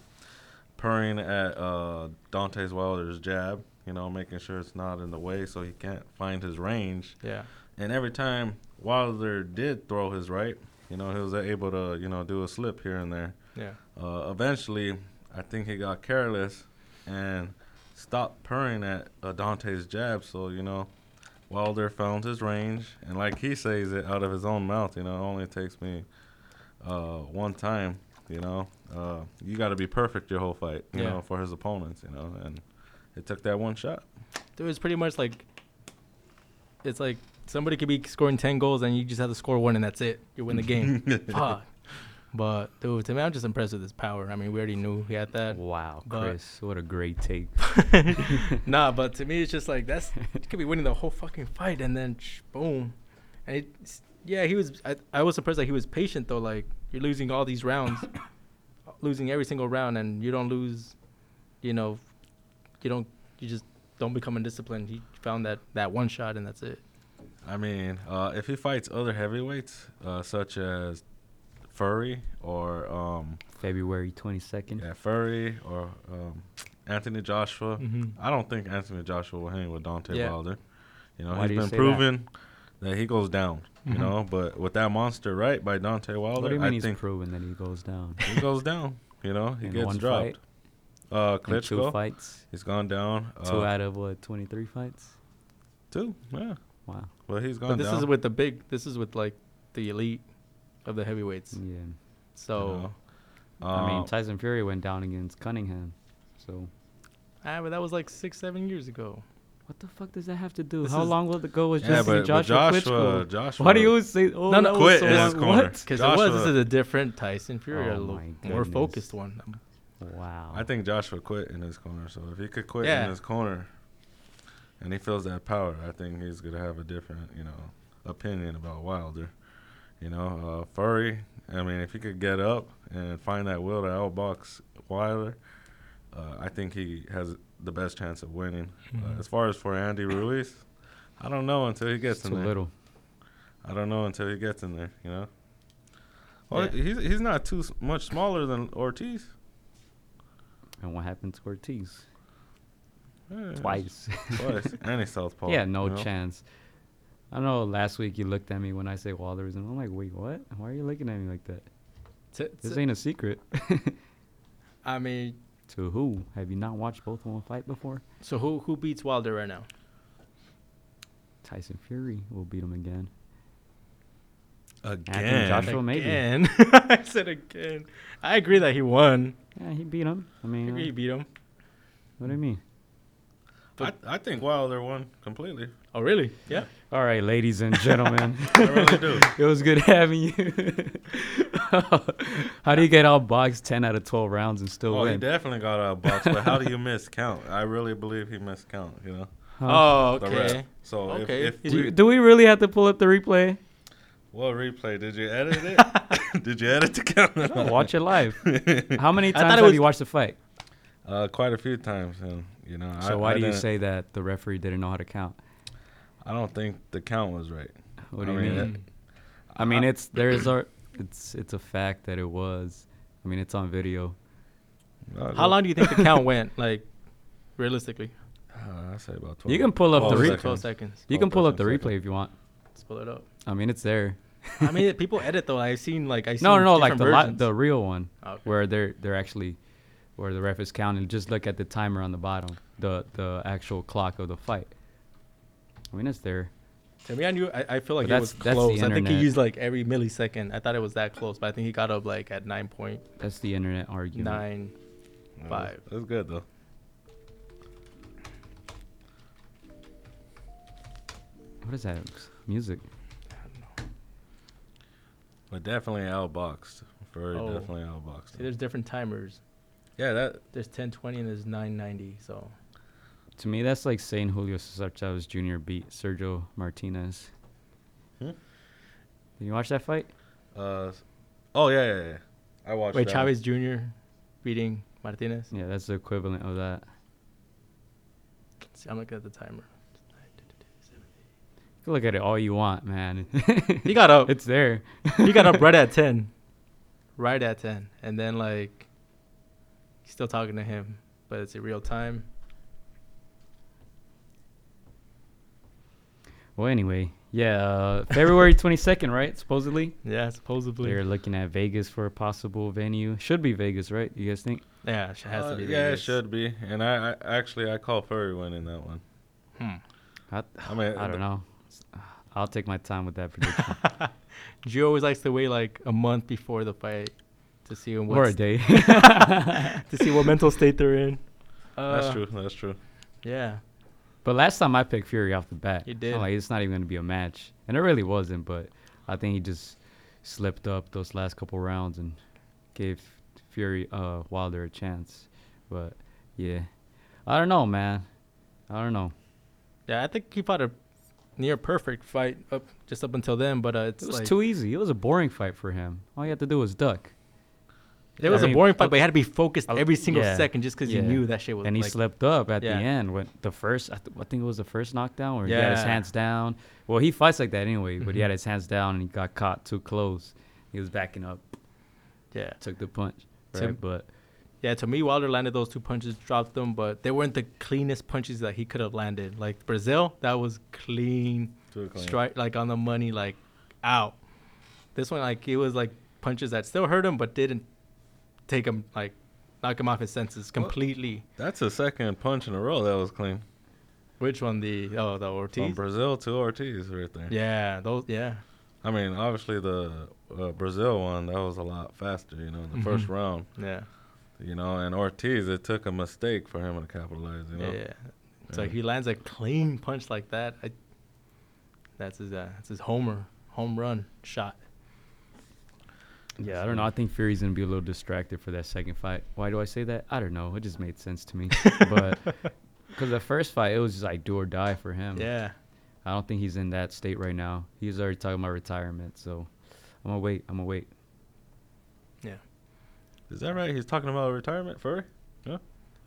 S2: purring at uh, Dante's Wilder's jab, you know, making sure it's not in the way so he can't find his range.
S1: Yeah.
S2: And every time Wilder did throw his right, you know, he was able to, you know, do a slip here and there.
S1: Yeah.
S2: Uh, eventually, I think he got careless and stopped purring at uh, Dante's jab. So, you know, Wilder found his range. And like he says it out of his own mouth, you know, it only takes me uh, one time, you know. Uh, you got to be perfect your whole fight, you
S1: Yeah.
S2: know, for his opponents, you know. And it took that one shot.
S1: Dude, it's pretty much like it's like somebody could be scoring ten goals and you just have to score one and that's it. You win the game. Fuck. But dude, to me, I'm just impressed with his power. I mean, we already knew he had that.
S4: Wow,
S1: But-
S4: Chris, what a great take.
S1: nah, but to me, it's just like that's you could be winning the whole fucking fight and then sh- boom, and it's, yeah, he was. I, I was surprised that he was patient though. Like you're losing all these rounds, losing every single round, and you don't lose. You know, you don't. You just don't become undisciplined. He found that that one shot and that's it.
S2: I mean, uh, if he fights other heavyweights, uh, such as Furry or um,
S4: February 22nd.
S2: yeah, Furry or um, Anthony Joshua,
S4: Mm-hmm.
S1: Mhm.
S2: I don't think Anthony Joshua will hang with Dante
S1: Yeah.
S2: Wilder. You know,
S4: Why do
S2: he's
S4: you
S2: been
S4: say that? Mm-hmm.
S2: proven that? he goes down. You know, but with that monster right by Dante Wilder,
S4: What do you mean
S2: I
S4: he's
S2: think
S4: proven that he goes down?
S2: he goes down. You know, he
S4: In
S2: gets
S4: one
S2: dropped.
S4: fight?
S2: Uh,
S4: In two
S2: Klitschko,
S4: fights,
S2: he's gone down. Uh,
S4: two out of what, 23 fights?
S2: two, yeah.
S4: Wow.
S2: Well, he's gone
S1: But this
S2: down.
S1: is with the big. This is with like the elite of the heavyweights.
S4: Yeah.
S2: you
S1: So
S2: know.
S4: I
S2: Um,
S4: mean, Tyson Fury went down against Cunningham. So,
S1: ah, but that was like six, seven years ago.
S4: what the fuck does that have to do?
S1: This
S4: How
S1: is-
S4: long ago was
S2: yeah,
S4: just
S2: but, but
S4: Joshua,
S2: Joshua,
S4: Klitschko?
S2: Joshua,
S4: Why do you always say, oh,
S1: No, no,
S4: that was
S2: quit
S4: so
S2: in his
S4: long-
S2: corner.
S4: What?
S1: Because it was. This
S2: Joshua-
S1: is a different Tyson Fury,
S4: Oh
S1: a little
S4: my
S1: more
S4: goodness.
S1: focused one. Um,
S4: Wow.
S2: I think Joshua quit in his corner. So if he could quit
S1: Yeah.
S2: in his corner, and he feels that power, I think he's gonna have a different, you know, opinion about Wilder. You know, uh, Furry. I mean, if he could get up and find that will to outbox Wilder, uh, I think he has the best chance of winning.
S4: Mm-hmm.
S2: Uh, as far as for Andy Ruiz, I don't know until he gets
S4: it's too
S2: in there.
S4: little.
S2: I don't know until he gets in there. You know. Well,
S1: Yeah.
S2: he's he's not too s- much smaller than Ortiz.
S4: And what happened to Ortiz?
S2: Yeah.
S4: Twice.
S2: Twice. and he's Southpaw.
S4: yeah, no
S2: you know?
S4: chance. I know last week you looked at me when I say Wilder was in. I'm like, wait, what? Why are you looking at me like that?
S1: t-
S4: This
S1: t-
S4: ain't a secret.
S1: I mean,
S4: to who? Have you not watched both of them fight before?
S1: so who who beats Wilder right now?
S4: Tyson Fury will beat him again.
S2: Again.
S4: Joshua- Well, maybe.
S1: Again, I said again. I agree that he won.
S4: Yeah, he beat him. I
S1: I
S4: mean,
S1: agree he
S4: uh,
S1: beat him.
S4: what do you mean?
S2: I, I think Wilder won completely.
S1: Oh really? Yeah.
S4: All right, ladies and gentlemen,
S2: I really do.
S4: it was good having you. How do you get out boxed 10 out of 12 rounds and still
S2: Oh, he
S4: win?
S2: definitely got out of box, but how do you miss count? I really believe he missed count, you know?
S4: Uh,
S1: Oh
S2: The
S1: okay.
S2: rep. So
S1: Okay.
S2: if, if
S1: Did
S4: Do,
S2: we,
S4: do we really have to pull up the replay?
S2: what replay? Did you edit it? did you edit the
S4: No,
S2: count?
S4: watch it live. How many
S1: I thought
S4: times
S1: it
S4: have
S1: was-
S4: you watched the fight?
S2: uh, quite a few times, and you know. I,
S4: So why
S2: I
S4: do you
S2: didn't-
S4: say that the referee didn't know how to count?
S2: I don't think the count was right.
S4: What do
S2: I
S4: you
S2: mean,
S4: mean?
S2: that-
S4: I mean, it's there is our, it's it's a fact that it was. I mean, it's on video.
S2: Uh,
S1: How long do you think the count went? Like realistically,
S2: Uh, I say about twelve.
S4: You can pull up the
S2: 12
S4: re-
S2: seconds.
S1: twelve seconds.
S4: You
S2: Oh,
S4: can pull up the
S2: that's
S4: replay if you want.
S1: Let's pull it up.
S4: I mean, it's there.
S1: I mean, people edit though. I've seen like I seen
S4: No, no, no, like the
S1: different
S4: li-
S1: versions.
S4: the real one
S1: Okay.
S4: where they're they're actually where the ref is counting. Just look at the timer on the bottom, the the actual clock of the fight. I mean, it's there.
S1: To me, I knew. I, I feel like
S4: But
S1: it
S4: that's-
S1: was
S4: that's the
S1: close. I think he
S4: internet.
S1: used like every millisecond. I thought it was that close, but I think he got up like at nine point
S4: That's the internet argument.
S1: nine
S2: Yeah,
S1: five.
S2: That's good though.
S4: What is that? Music.
S2: But definitely outboxed. Very
S1: Oh.
S2: definitely outboxed.
S1: See, there's different timers.
S2: Yeah, that
S1: There's 1020 and there's 990. So
S4: To me, that's like saying Julio Cesar Chavez Jr. beat Sergio Martinez.
S2: Hmm?
S4: Did you watch that fight?
S2: Uh, s- oh yeah, yeah, yeah. I watched.
S1: wait,
S2: that
S1: Chavez Jr. beating Martinez.
S4: Yeah, that's the equivalent of that.
S1: See, I'm looking at the timer.
S4: You can look at it all you want, man.
S1: He got up.
S4: it's there.
S1: he got up right at 10, right at 10, and then like He's still talking to him, but it's in real time.
S4: Well, anyway, yeah, uh, February 22nd, right? Supposedly.
S1: Yeah, supposedly.
S4: They're looking at Vegas for a possible venue. Should be Vegas, right? You guys think?
S1: Yeah, it has
S2: Uh,
S1: to be.
S2: yeah, it
S1: Vegas.
S2: should be. And I, I actually I call Furry winning that one.
S4: I,
S2: I mean,
S4: I don't know. I'll take my time with that prediction.
S1: Gio always likes to wait like a month before the fight to see
S4: or a
S1: what
S4: day.
S1: to see what mental state they're in.
S2: That's
S1: Uh,
S2: true. That's true.
S1: Yeah,
S4: but last time I picked Fury off the bat.
S1: You
S4: I'm
S1: did.
S4: like, it's not even going to be a match. And it really wasn't, but I think he just slipped up those last couple rounds and gave Fury uh, Wilder a chance. But yeah. I don't know, man. I don't know.
S1: yeah. I think he fought a near perfect fight up just up until then, but uh, it's
S4: It was
S1: like,
S4: too easy. It was a boring fight for him. All he had to do was duck.
S1: It was
S4: I
S1: a
S4: mean,
S1: boring
S4: uh,
S1: fight, but you had to be focused every single
S4: yeah,
S1: second just because
S4: yeah.
S1: you knew that shit was.
S4: and he
S1: like,
S4: slipped up at
S1: yeah.
S4: the end when the first I, th- I think it was the first knockdown where he had his
S1: Yeah. Mm-hmm.
S4: hands down well he fights like that anyway but he had his hands down and he got caught too close he was backing up
S1: Yeah,
S4: took the punch right
S1: Tim-
S4: but
S1: yeah. To me, Wilder landed those two punches, dropped them, but they weren't the cleanest punches that he could have landed. Like Brazil, that was clean,
S2: Too clean.
S1: strike, like on the money, like out. This one, like it was like punches that still hurt him, but didn't take him like knock him off his senses completely.
S2: That's the second punch in a row that was clean
S1: Which one? The oh, the
S2: from
S1: Ortiz.
S2: Brazil to Ortiz right there.
S1: Yeah, those. Yeah,
S2: I mean, obviously the uh, Brazil one that was a lot faster. You know, the
S1: Mm-hmm.
S2: first round.
S1: yeah,
S2: You know, and Ortiz it took a mistake for him to capitalize. You know.
S1: yeah. So he lands a clean punch like that. I, that's his. Uh, that's his homer, home run shot.
S4: yeah i don't know i think fury's gonna be a little distracted for that second fight why do i say that i don't know it just made sense to me but because the first fight it was just like do or die for him
S1: Yeah.
S4: i don't think he's in that state right now he's already talking about retirement so i'm gonna wait i'm gonna wait
S2: Is that right? He's talking about retirement, Furry.
S1: I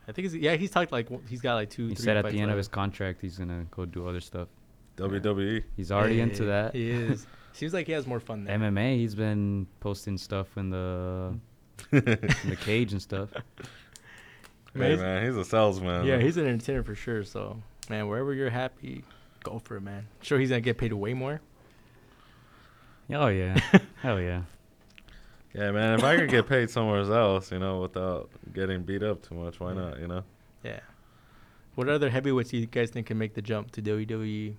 S1: think he's yeah he's talked like w- he's got like two.
S4: he
S1: three
S4: said at the
S1: fights
S4: end of his
S1: left.
S4: contract he's gonna go do other stuff
S2: WWE.
S4: He's already
S1: Yeah,
S4: into that.
S1: He is. Seems like he has more fun there.
S4: MMA, he's been posting stuff in the in the cage and stuff.
S2: Hey
S1: Man, he's-
S2: man, he's a salesman.
S1: yeah, he's an entertainer for sure. So man, wherever you're happy, go for it, man. Sure, he's gonna get paid way more.
S4: Oh yeah, hell yeah.
S2: Yeah, man. If I could get paid somewhere else, you know, without getting beat up too much, why not? You know.
S1: Yeah. What other heavyweights do you guys think can make the jump to WWE?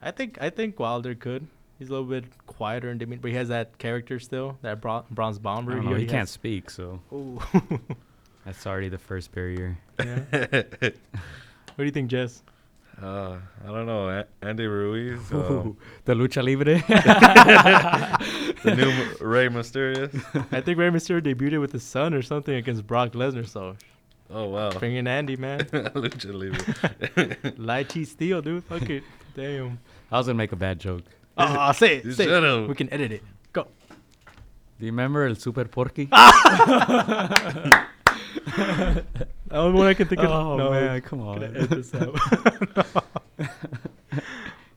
S1: I think I think Wilder could. He's a little bit quieter and demeanor, but he has that character still, that bron- bronze
S4: I
S1: bomber.
S4: don't know, he
S1: already
S4: can't
S1: has-
S4: speak, so
S1: Ooh.
S4: that's already the first barrier.
S1: what do you think, Jess?
S2: Uh, I don't know. A- Andy Ruiz, um,
S4: the lucha libre.
S2: the new M- Ray Mysterious.
S1: I think Rey Mysterio debuted with his son or something against Brock Lesnar. So
S2: Oh wow,
S1: bring in Andy, man.
S2: Lucha Libre.
S1: Lychee steel, dude. Fuck it. Damn.
S4: I was gonna make a bad joke.
S1: Oh, I'll say it.
S2: You
S1: Say it.
S2: should've.
S1: We can edit it. Go.
S4: Do you remember El Super Porky?
S1: Ah! The only one I can think of.
S4: oh
S1: no,
S4: man, come
S1: I'm gonna
S4: on.
S1: edit this out.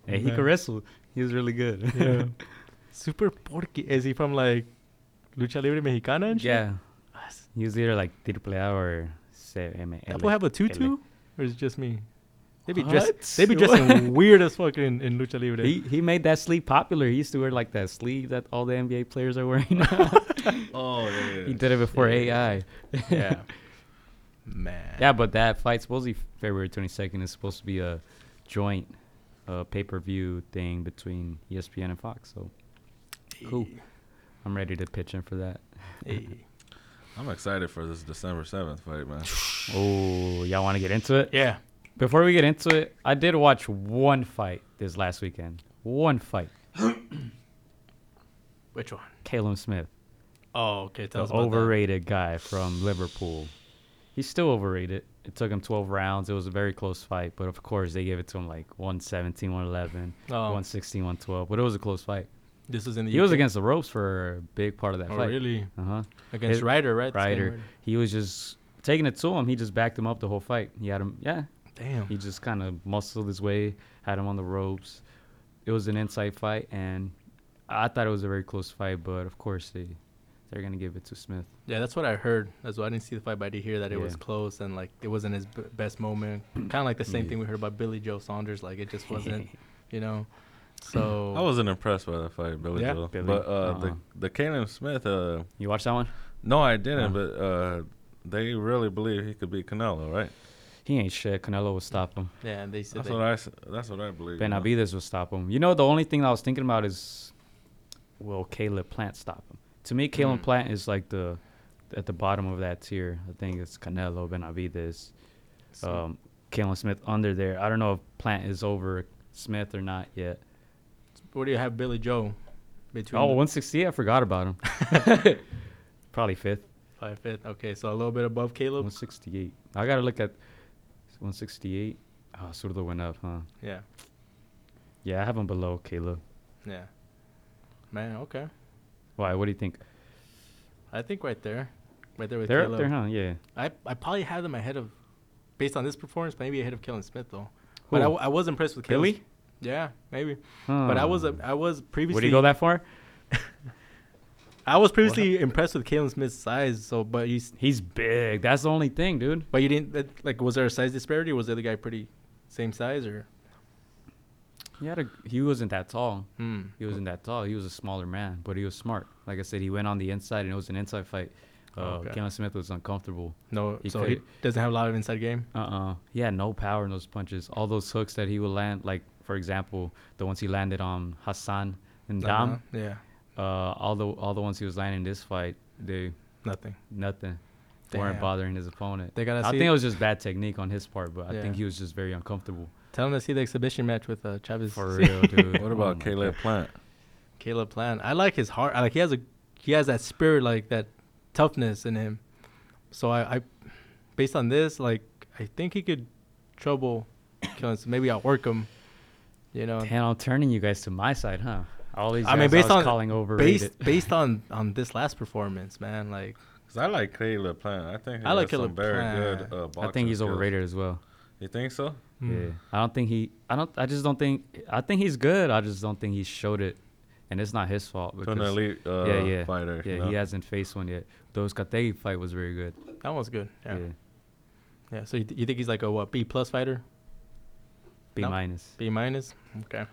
S4: Hey, he
S1: man.
S4: could wrestle. He was really good.
S1: yeah. Super Porky. Is he from like Lucha Libre Mexicana? And shit? Ah,
S4: yeah. He was either like Triple A or CML.
S1: Apple have a tutu? Or is it just me? They be dressed.
S4: What?
S1: They be dressing weird as fuck in, in Lucha Libre.
S4: He he made that sleeve popular. He used to wear like that sleeve that all the NBA players are wearing.
S2: Oh yeah, yeah.
S4: he did it before AI.
S1: yeah. Man.
S4: Yeah, but that fight supposedly February 22nd is supposed to be a joint uh, pay-per-view thing between E ESPN and Fox. So cool. I'm ready to pitch in for that.
S1: Hey.
S2: I'm excited for this December seventh fight, man.
S4: Oh, y'all want to get into it?
S1: Yeah.
S4: Before we get into it, I did watch one fight this last weekend. One fight.
S1: Which one?
S4: Caleb Smith,
S1: Oh, okay. Tell
S4: the
S1: us about that.
S4: overrated guy from Liverpool. He's still overrated. It took him 12 rounds. It was a very close fight, but of course they gave it to him like 117, 111,
S1: Oh.
S4: 116, 112. But it was a close fight.
S1: This was in the.
S4: He was
S1: UK?
S4: against the ropes for a big part of that
S1: Oh,
S4: fight.
S1: really?
S4: Uh huh.
S1: Against
S4: His-
S1: Ryder, right? The same
S4: Ryder. He was just taking it to him. He just backed him up the whole fight. He had him. Yeah.
S1: Damn.
S4: He just kind of muscled his way, had him on the ropes. It was an inside fight, and I thought it was a very close fight, but of course they They're gonna give it to Smith.
S1: Yeah, that's what I heard. That's why I didn't see the fight, but I did hear that it was
S4: Yeah.
S1: close and like it wasn't his b- best moment. kind of like the same
S4: Yeah.
S1: thing we heard about Billy Joe Saunders. Like it just wasn't, you know. So
S2: I wasn't impressed by that fight, Billy
S1: Yeah.
S2: Joe.
S4: Billy,
S2: But uh,
S4: uh-uh.
S2: the the Caleb Smith, uh,
S4: You watch that one?
S2: no, I didn't.
S4: Uh.
S2: But uh, they really believe he could beat Canelo, right?
S4: He ain't shit. Canelo will stop him.
S1: yeah, and they said
S2: That's
S1: they,
S2: what I. s- That's what I believe. you know?
S4: Benavides will stop him. You know, the only thing I was thinking about is, will Caleb Plant stop him? To me, Caleb Plant is like the at the bottom of that tier. I think it's Canelo, Benavides, um, Caleb Smith under there. I don't know if Plant is over Smith or not yet.
S1: where do you have Billy Joe between?
S4: Oh,
S1: the
S4: 168. I forgot about him. Probably fifth.
S1: five fifth. Okay, so a little bit above Caleb.
S4: 168. I gotta look at 168. Oh, Surdo went up, huh?
S1: Yeah,
S4: Yeah, I have him below Caleb.
S1: yeah. Man, okay.
S4: Why? What do you think?
S1: I think right there, right there with
S4: They're
S1: Caleb.
S4: up there, huh? Yeah.
S1: I I probably had them ahead of, based on this performance, maybe ahead of Kellen Smith though. But I,
S4: Who?
S1: w- I was impressed with Caleb.
S4: Billy?
S1: Yeah, maybe. But I was a, I was previously.
S4: Would you go that far?
S1: I was previously impressed with Kalen Smith's size, so but you s-
S4: He's big. That's the only thing, dude.
S1: but you didn't that- like was there a size disparity? Or was the other guy pretty same size or?
S4: He had a. He wasn't that tall.
S1: Hmm.
S4: He wasn't that tall. He was a smaller man, but he was smart. Like I said, he went on the inside, and it was an inside fight. Uh,
S1: Oh, Okay.
S4: Kevin Smith was uncomfortable.
S1: No,
S4: He
S1: so
S4: could-
S1: he doesn't have a lot of inside game.
S4: Uh uh He had no power in those punches. All those hooks that he would land, like for example, the ones he landed on Hassan and Dam.
S1: Uh-huh, Yeah,
S4: uh, all the all the ones he was landing in this fight, they
S1: nothing.
S4: nothing. They weren't
S1: Damn.
S4: bothering his opponent.
S1: They gotta
S4: I
S1: see-
S4: think it was just bad technique on his part, but I think
S1: Yeah.
S4: he was just very uncomfortable.
S1: Tell him to see the exhibition match with uh, Chavez.
S4: For real, dude. Oh
S2: What about
S4: my
S2: Caleb Plant?
S1: Caleb Plant. I like his heart. I like he has a he has that spirit, like that toughness in him. So I, I based on this, like I think he could trouble Kellen. Smith. Maybe outwork him. You know,
S4: God. Damn, I'm turning you guys to my side, huh? All these
S1: I mean,
S4: guys
S1: based
S4: was
S1: on
S4: calling overrated.
S1: based based on on this last performance, man. Like
S2: 'Cause I like Caleb Plant. I think he
S1: I like
S2: has
S1: Caleb
S2: some very
S1: Plant.
S2: good. Uh,
S4: I
S2: boxing
S4: think he's
S2: skills.
S4: overrated as well.
S2: You think so?
S1: Hmm.
S4: Yeah, I don't think he. I don't. I just don't think. I think he's good. I just don't think he showed it, and it's not his fault.
S2: To an
S4: Because,
S2: elite uh,
S4: yeah, yeah,
S2: fighter.
S4: yeah.
S2: you know?
S4: He hasn't faced one yet. Those Kategi fight was very good.
S1: that one's good. Yeah, yeah.
S4: yeah.
S1: So you, th- you think he's like a what B plus fighter,
S4: B
S1: No.
S4: minus.
S1: B minus? Okay.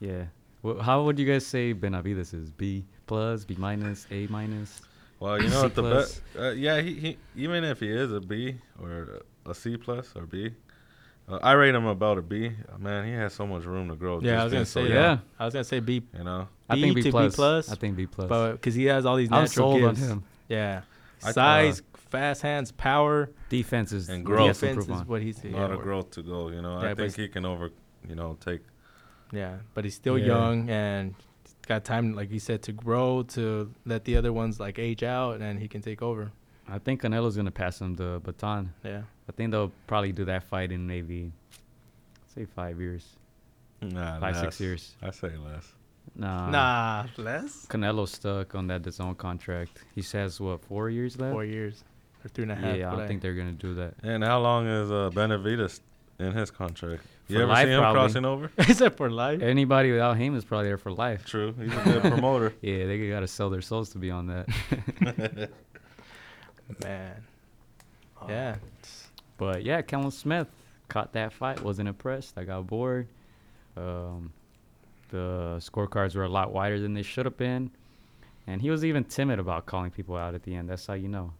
S4: Yeah. Well, how would you guys say Benavides is? B plus, B minus, A minus.
S2: Well, you know what the
S4: plus.
S2: best. Uh, yeah, he, he even if he is a B or a C plus or B, uh, I rate him about a B. Uh, Man, he has so much room to grow.
S1: Yeah, I was
S2: just
S1: gonna
S2: being so
S1: say
S4: yeah.
S2: young,
S1: yeah. I was gonna say B,
S2: You know,
S4: I think B
S1: B to B
S4: plus.
S1: plus,
S4: I think B plus.
S1: but because he has all these
S4: I'm
S1: natural
S4: sold on
S1: gifts.
S4: him.
S1: Yeah,
S2: I- uh,
S1: size, fast hands, power.
S4: Defense is
S2: And
S4: and
S2: growth.
S4: growth.
S1: defense
S4: Improve
S1: is
S4: on.
S1: what he's
S2: a
S1: yeah,
S2: lot of
S1: or-
S2: growth to go. You know,
S1: Yeah,
S2: I
S1: but
S2: think
S1: he's-
S2: he can over. You know, take.
S1: yeah, but he's still
S4: Yeah.
S1: young and he's got time, like you said, to grow to let the other ones like age out and he can take over.
S4: I think Canelo's gonna pass him the baton.
S1: Yeah,
S4: I think they'll probably do that fight in maybe, say five years,
S2: Nah,
S4: five six
S2: less.
S4: years.
S2: I say less.
S4: Nah.
S1: nah, less
S4: Canelo's stuck on that DAZN contract. He has what four years left.
S1: four years or three and a
S4: yeah,
S1: half.
S4: I don't
S1: but
S4: think they're gonna do that.
S2: And how long is uh, Benavides in his contract? You
S4: For
S2: ever
S4: life,
S2: see him
S4: probably.
S2: crossing over?
S1: is that for life?
S4: Anybody without him is probably there for life.
S2: True, he's a good promoter.
S4: Yeah, they gotta sell their souls to be on that.
S1: Man,
S4: Oh.
S1: yeah,
S4: But yeah, Kellen Smith caught that fight. Wasn't impressed. I got bored. Um, the scorecards were a lot wider than they should have been, and he was even timid about calling people out at the end. That's how you know.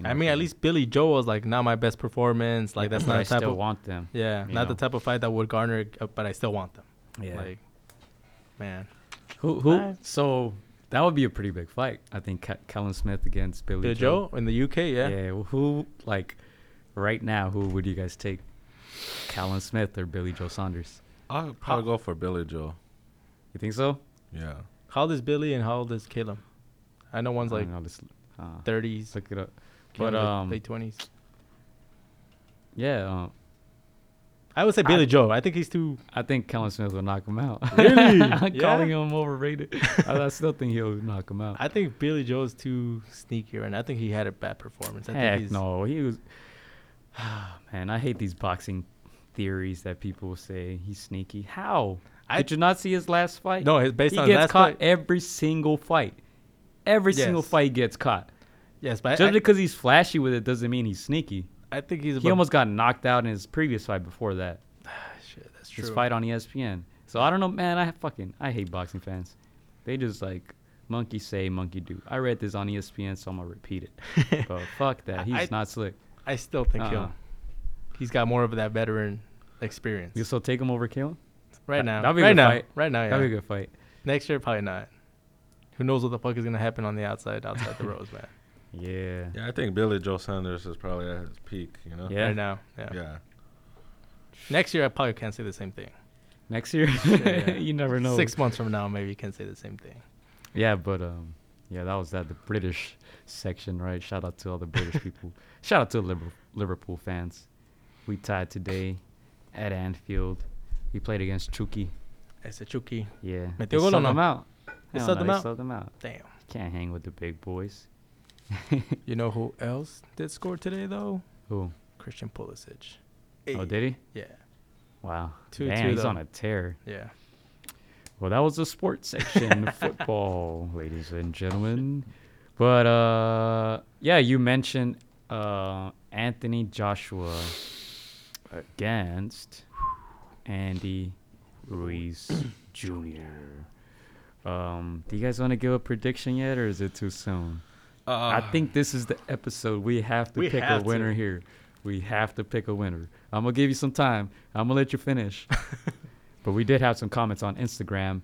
S4: You
S1: I
S4: know,
S1: mean, at
S4: 'cause
S1: least Billy Joe was like not my best performance. Like that's
S4: but
S1: not
S4: I
S1: the type
S4: still
S1: of
S4: want them.
S1: yeah,
S4: you
S1: not the
S4: know.
S1: type of fight that would garner. Uh, but I still want them.
S4: Yeah.
S1: Like, man,
S4: who? Who?
S1: I-
S4: So that would be a pretty big fight. I think Ke- Kellen Smith against Billy,
S1: Billy Joe in the UK, yeah.
S4: Yeah. well, Who? Like, right now, who would you guys take? Kellen Smith or Billy Joe Saunders?
S2: I'll probably go for Billy Joe.
S4: You think so?
S2: Yeah,
S1: How old is Billy and how old is Caleb? I know one's
S4: I
S1: like
S4: don't know, just, uh,
S1: thirties,
S4: look it up.
S1: but
S4: But um,
S1: late twenties.
S4: yeah, um,
S1: I would say Billy Joe. I think he's too.
S4: I think Kellen Smith will knock him out.
S1: Really?
S4: I'm
S1: Yeah?
S4: calling him overrated. I, I still think he'll knock him out.
S1: I think Billy Joe's too sneaky, and I think he had a bad performance. I think
S4: Heck
S1: he's,
S4: no, he was. Man, I hate these boxing theories that people say he's sneaky. How?
S1: I-
S4: Did you not see his last fight?
S1: No, his- based
S4: he
S1: on his
S4: gets
S1: last
S4: caught
S1: fight-
S4: every single fight. every single
S1: Yes.
S4: fight gets caught.
S1: Yes, but I,
S4: Just because he's flashy with it doesn't mean he's sneaky.
S1: I, I think he's.
S4: He almost got knocked out in his previous fight before that.
S1: Shit, that's
S4: His
S1: true.
S4: fight on E ESPN. So I don't know, man. I fucking I hate boxing fans. They just like monkey say, monkey do. I read this on E ESPN, so I'm gonna repeat it. but fuck that. He's
S1: I-
S4: not slick.
S1: I still think
S4: Uh-uh.
S1: he'll. He's got more of that veteran experience
S4: You still take him over Kalen?
S1: right now.
S4: that'd be a
S1: right
S4: good
S1: now.
S4: fight.
S1: Right now. Oh, Yeah.
S4: That'd be a good fight.
S1: Next year, probably not. Who knows what the fuck is gonna happen on the outside, outside the roads, man.
S4: Yeah.
S2: Yeah, I think Billy Joe Sanders is probably at his peak. You know.
S4: Yeah.
S1: Right now. Yeah.
S2: Yeah.
S1: Next year, I probably can't say the same thing.
S4: Next year,
S1: Yeah, yeah.
S4: you never know.
S1: Six months from now, maybe you can say the same thing.
S4: Yeah, but um, yeah, that was that the British section, right? Shout out to all the British people. Shout out to Liber- Liverpool fans. We tied today at Anfield. We played against Chucky.
S1: It's a chuki.
S4: Yeah,
S1: Metió
S4: they
S1: gol o
S4: subbed
S1: no?
S4: them out.
S1: They
S4: Hell
S1: subbed
S4: no,
S1: them
S4: they
S1: out?
S4: Subbed them out.
S1: Damn.
S4: Can't hang with the big boys.
S1: You know who else did score today though?
S4: Who?
S1: Christian Pulisic.
S4: Oh, did he?
S1: Yeah.
S4: Wow.
S1: Two-
S4: Damn,
S1: two,
S4: he's
S1: though.
S4: on a tear.
S1: Yeah.
S4: Well, that was the sports section, football, ladies and gentlemen. But uh, yeah, you mentioned uh, Anthony Joshua against Andy Ruiz Jr. Um, do you guys want to give a prediction yet, or is it too soon? I think this is the episode we have to
S1: Uh, We
S4: pick
S1: have
S4: a
S1: to.
S4: winner here. We have to pick a winner. I'm gonna give you some time. I'm gonna let you finish. But we did have some comments on Instagram.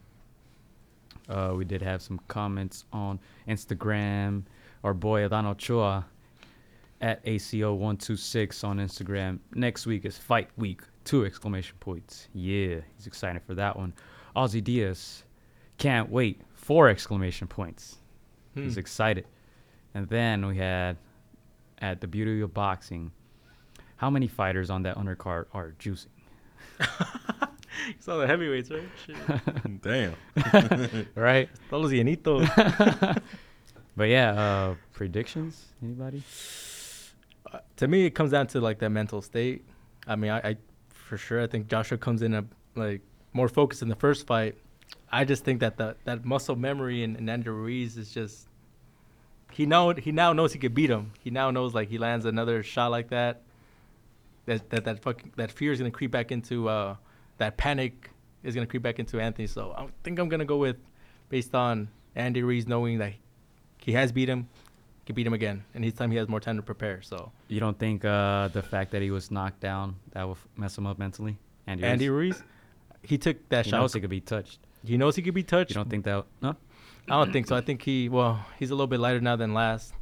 S4: Uh, we did have some comments on Instagram. Our boy Adan Ochoa at ACO126 on Instagram. Next week is fight week. Two exclamation points. Yeah, he's excited for that one. Ozzy Diaz, can't wait. Four exclamation points. He's excited. And then we had at the beauty of boxing. How many fighters on that undercard are juicing?
S1: It's all the heavyweights, right?
S2: Damn.
S4: Right?
S1: Todos llenitos.
S4: But yeah, uh, predictions? Anybody?
S1: to me, it comes down to like that mental state. I mean, I, I for sure, I think Joshua comes in a, like more focused in the first fight. I just think that the, that muscle memory in, in Andrew Ruiz is just he know he now knows he could beat him. He now knows like he lands another shot like that, that that that fucking that fear is gonna creep back into uh, that panic is gonna creep back into Anthony. So I think I'm gonna go with based on Andy Ruiz knowing that he has beat him, can beat him again, and each time he has more time to prepare. So.
S4: You don't think uh, the fact that he was knocked down that will f- mess him up mentally? Andy,
S1: Andy
S4: Ruiz?
S1: Ruiz, he took that
S4: he
S1: shot.
S4: knows he could be touched.
S1: he knows he could be touched.
S4: You don't think that? No.
S1: I don't think so. I think he well, he's a little bit lighter now than last.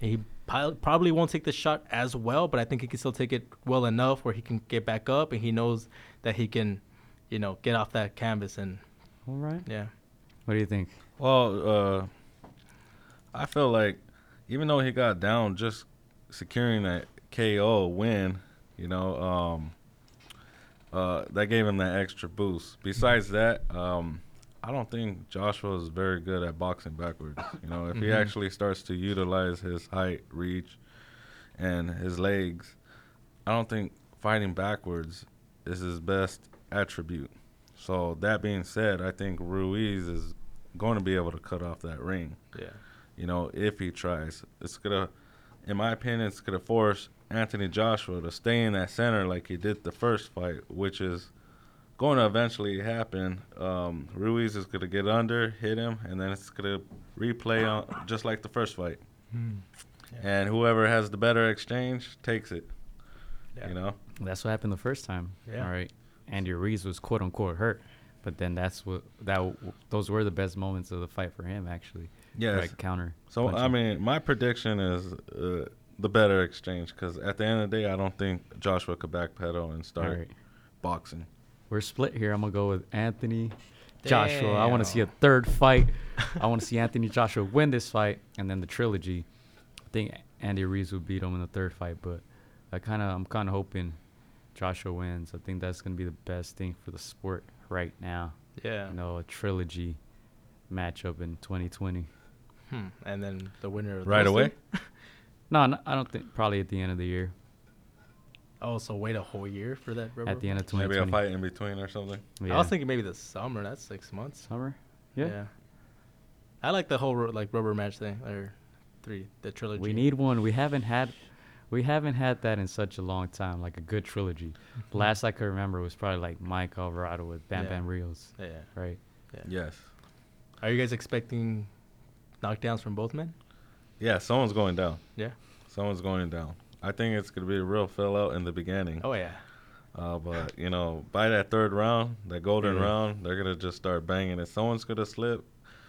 S1: He pil- probably won't take the shot as well, but I think he can still take it well enough where he can get back up and he knows that he can, you know, get off that canvas and
S4: All right.
S1: yeah.
S4: What do you think?
S2: Well, uh, I feel like even though he got down, just securing that KO win, you know, um, uh, that gave him that extra boost. Besides that, um, I don't think Joshua is very good at boxing backwards. You know, if he actually starts to utilize his height, reach, and his legs, I don't think fighting backwards is his best attribute. So that being said, I think Ruiz is going to be able to cut off that ring.
S1: Yeah.
S2: You know, if he tries, it's gonna, in my opinion, it's gonna force Anthony Joshua to stay in that center like he did the first fight, which is going to eventually happen. Um, Ruiz is gonna get under, hit him, and then it's gonna replay on just like the first fight. And whoever has the better exchange takes it.
S1: Yeah.
S2: You know.
S4: That's what happened the first time.
S1: Yeah.
S4: All right. Andy Ruiz was quote unquote hurt, but then that's what that w- those were the best moments of the fight for him actually.
S2: Yes.
S4: Right counter.
S2: So I
S4: punching.
S2: mean, my prediction is uh, the better exchange because at the end of the day, I don't think Joshua could backpedal and start
S4: Alright.
S2: boxing.
S4: we're split here. I'm gonna go with Anthony Joshua. I want to see a third fight. I want to see Anthony Joshua win this fight, and then the trilogy. I think Andy Reeves will beat him in the third fight, but I kind of I'm kind of hoping Joshua wins. I think that's gonna be the best thing for the sport right now.
S1: Yeah.
S4: You know, a trilogy matchup in 2020.
S1: Hmm. And then the winner of
S2: Right
S1: those
S2: away?
S1: two-
S4: No, no, I don't think probably at the end of the year.
S1: Oh, so wait a whole year for that rubber.
S4: At the end of
S2: Maybe a
S4: 2020.
S2: fight in between or something.
S1: I
S4: Yeah.
S1: was thinking maybe the summer. That's six months.
S4: summer. Yeah.
S1: yeah. I like the whole ru- like rubber match thing or three the trilogy.
S4: We need one. We haven't had, we haven't had that in such a long time. Like a good trilogy. Last I could remember was probably like Mike Alvarado with Bam
S1: Mm-hmm. Yeah.
S4: Bam Reels,
S1: Yeah.
S4: right?
S2: Yes.
S1: Are you guys expecting knockdowns from both men?
S2: Yeah, someone's going down.
S1: Yeah.
S2: Someone's going down. I think it's gonna be a real fill out in the beginning.
S1: Oh yeah.
S2: Uh, but you know, by that third round, that golden
S1: Mm-hmm.
S4: Yeah.
S2: round, they're gonna just start banging. And someone's gonna slip.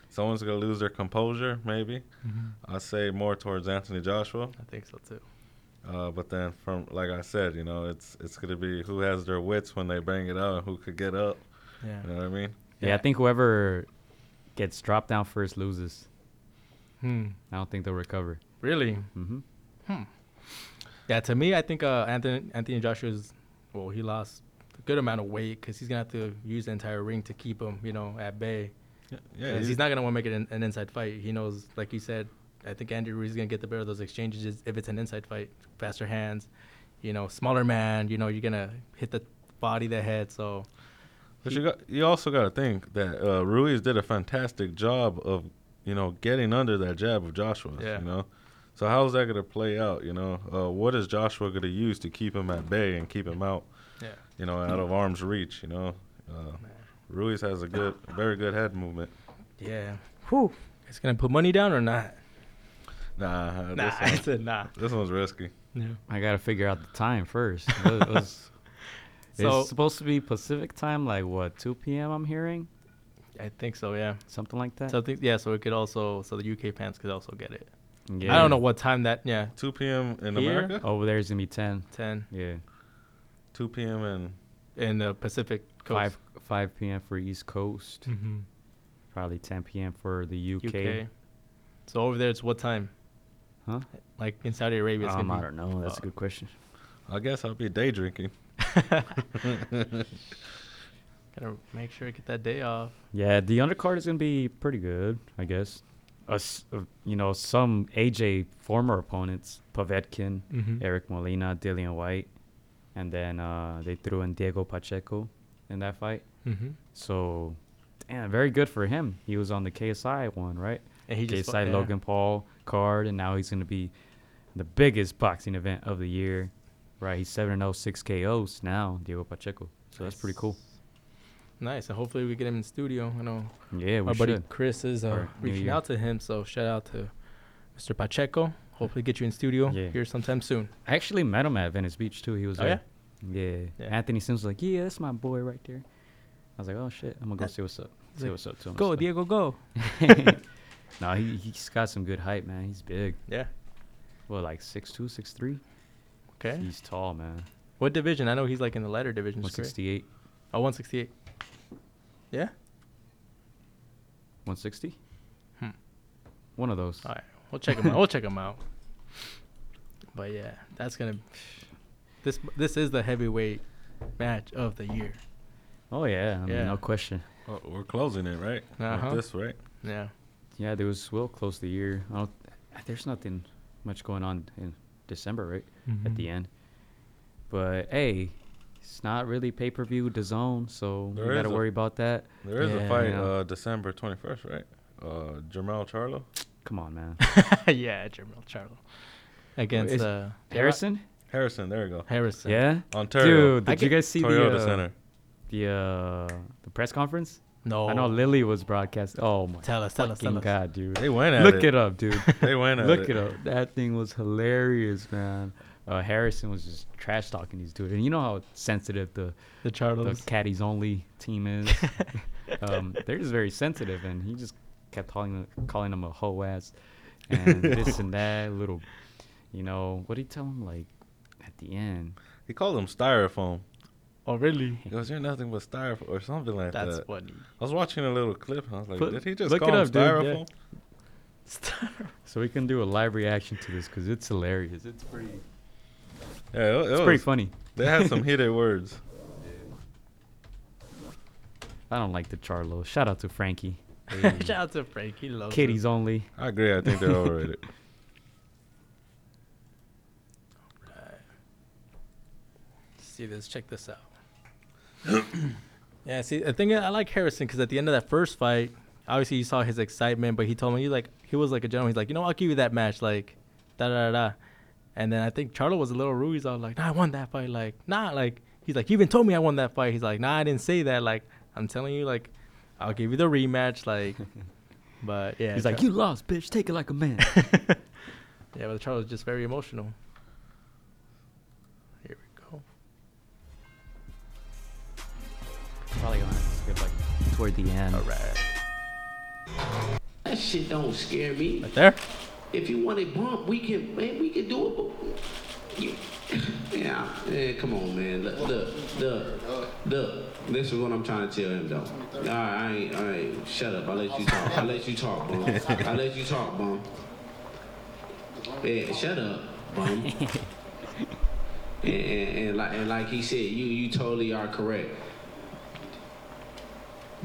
S2: Someone's gonna lose their composure, maybe.
S1: Mm-hmm.
S2: I say more towards Anthony Joshua.
S1: I think so too.
S2: Uh, but then, from like I said, you know, it's it's gonna be who has their wits when they bang it out, and who could get up.
S1: Yeah.
S2: You know what I mean?
S4: Yeah. I
S1: Yeah.
S4: think whoever gets dropped down first loses.
S1: Hmm.
S4: I don't think they'll recover.
S1: Really?
S4: Mhm.
S1: Yeah. To me, I think uh, Anthony Anthony Joshua's well, he lost a good amount of weight because he's gonna have to use the entire ring to keep him, you know, at bay.
S2: Yeah,
S1: 'Cause
S2: he's-
S1: he's not gonna want to make it an, an inside fight. He knows, like you said, I think Andy Ruiz is gonna get the better of those exchanges is- if it's an inside fight. Faster hands, you know, smaller man. You know, you're gonna hit the body, the head. So
S2: But you got you also got to think that uh, Ruiz did a fantastic job of you know getting under that jab of Joshua.
S1: Yeah.
S2: You know, so how's that gonna play out? You know, uh, what is Joshua gonna use to keep him at bay and keep him out?
S1: Yeah.
S2: You know, out of arm's reach. You know, uh, Ruiz has a good, very good head movement.
S1: yeah, whew, it's gonna put money down or not? Nah,
S2: Nah, This,
S1: I
S2: one,
S1: said nah.
S2: this one's risky.
S1: Yeah.
S4: I gotta figure out the time first. What- what's-
S1: So-
S4: it's supposed to be Pacific time, like what, 2 p.m. I'm hearing,
S1: I think so. Yeah.
S4: something like that.
S1: So I think yeah. So it could also so the UK fans could also get it. I
S4: Yeah.
S1: don't know what time that. Yeah.
S2: 2 p.m. in
S1: Here?
S2: America.
S4: Over there is gonna be 10.
S1: Ten
S4: Yeah.
S2: 2 p.m. in
S1: in the Pacific Coast.
S4: 5 5 p.m. for East Coast.
S1: Mhm.
S4: Probably 10 p.m. for the UK.
S1: UK. So over there, it's what time?
S4: Huh?
S1: Like in Saudi Arabia, it's
S4: Um, I
S1: gonna
S4: don't know. That's a
S1: uh,
S4: good question.
S2: I guess I'll be day drinking.
S1: be. Gotta make sure I get that day off.
S4: Yeah, the undercard is gonna be pretty good, I guess. Us, uh, you know, some AJ former opponents, Pavetkin,
S1: Mhm.
S4: Eric Molina, Dillian White, and then uh, they threw in Diego Pacheco in that fight.
S1: Mm-hmm.
S4: So, damn, very good for him. He was on the KSI one, right?
S1: And he just fought-
S4: KSI
S1: yeah.
S4: Logan Paul card, and now he's gonna be the biggest boxing event of the year, right? He's seven and 0, six KOs now, Diego Pacheco. So that's pretty cool.
S1: Nice. And hopefully we get him in studio. I know
S4: Yeah, we
S1: our buddy
S4: should.
S1: Chris is uh,
S4: For New
S1: reaching
S4: Year.
S1: out to him. So shout out to Mr. Pacheco. Hopefully get you in studio
S4: Yeah.
S1: here sometime soon.
S4: I actually met him at Venice Beach too. He was
S1: Oh,
S4: there. Yeah?
S1: Yeah.
S4: Anthony Sims was like, "Yeah, that's my boy right there." I was like, "Oh shit, I'm gonna go see what's up.
S1: He's
S4: See
S1: like,
S4: what's up to him."
S1: Go Diego, go.
S4: Diego. no, he he's got some good height, man. He's big.
S1: Yeah.
S4: What, like six two, six three?
S1: Okay.
S4: He's tall, man.
S1: What division? I know he's like in the lighter division.
S4: One
S1: correct?
S4: sixty eight,
S1: Oh, 168. Yeah.
S4: one sixty.
S1: Hmm. Oh,
S4: One of those.
S1: All right, we'll check him out. We'll check him out. But yeah, that's gonna. This this is the heavyweight match of the year.
S4: Oh yeah, I mean,
S1: Yeah.
S4: no question.
S2: Oh, we're closing it, right? With
S1: Uh-huh.
S2: this, right?
S1: Yeah.
S4: Yeah, there was will close the year. I don't, there's nothing much going on in December, right? At the end. But hey, it's not really pay per view the zone, so
S2: There
S4: we gotta
S2: is a-
S4: worry about that.
S2: There is
S1: Yeah.
S2: a fight uh, December 21st, right? Uh, Jamal Charlo.
S4: Come on, man.
S1: yeah, Jermel Charlo against
S4: Is-
S1: uh,
S4: Harrison?
S2: Harrison, there you go.
S1: Harrison.
S4: Yeah.
S2: Ontario.
S4: Dude, did you guys see
S2: Toyota
S4: the uh,
S2: Center.
S4: the uh, the press conference?
S1: No.
S4: I
S2: Oh.
S4: know Lily was broadcast. Oh my
S1: Tell us. Tell us. Tell
S4: fucking
S1: us.
S4: god, dude!
S2: They went at
S4: Look
S2: it.
S4: it up, dude.
S2: They went at
S4: Look
S2: it.
S4: it up. That thing was hilarious, man. Uh, Harrison was just trash talking these dudes, and you know how sensitive the the
S1: The Charlos.
S4: caddies only team is. um, they're just very sensitive, and he just kept calling calling him a hoe ass and this and that. Little, you know, what do you tell him like at the end?
S2: He called him styrofoam.
S1: oh really?
S2: He goes, "You're nothing but styrofoam," or something like
S1: That's
S2: that.
S1: funny.
S2: I was watching a little clip. And I was like,
S4: Put-
S2: "Did he just
S4: look
S2: call
S4: it
S2: him
S4: up, dude, yeah.
S2: styrofoam?"
S4: So we can do a live reaction to this because it's hilarious. It's pretty.
S2: Yeah, it, it
S4: It's
S2: was,
S4: pretty funny.
S2: They had some heated words.
S4: I don't like the Charlo. Shout out to Frankie.
S1: Shout out to Frank. He loves
S4: Kitties only.
S2: I agree. I think they're overrated.
S1: it. See this? Check this out. yeah. See, I think I like Harrison because at the end of that first fight, obviously you saw his excitement, but he told me he like he was like a gentleman. He's like, you know, I'll give you that match, like, da da da. da. And then I think Charlo was a little rude. He's all like, nah, I won that fight. Like, nah, like he's like, you even told me I won that fight. He's like, nah, I didn't say that. Like, I'm telling you, like, I'll give you the rematch. Like, but yeah,
S4: He's like,
S1: Char-
S4: you lost, bitch. Take it like a man.
S1: yeah, but Charlo was just very emotional. Here we go.
S4: Probably gonna skip like toward the end.
S7: That shit don't scare me.
S1: Right there.
S7: If you want a bump, we can, man, we can do it. But you, yeah, man, come on, man. Look, look, look, look. This is what I'm trying to tell him, though. All right, I ain't, all right, shut up. I'll let you talk. I'll let you talk, bum. I'll let you talk, bum. Yeah, shut up, bum. And, and, and, like, and like he said, you, you totally are correct.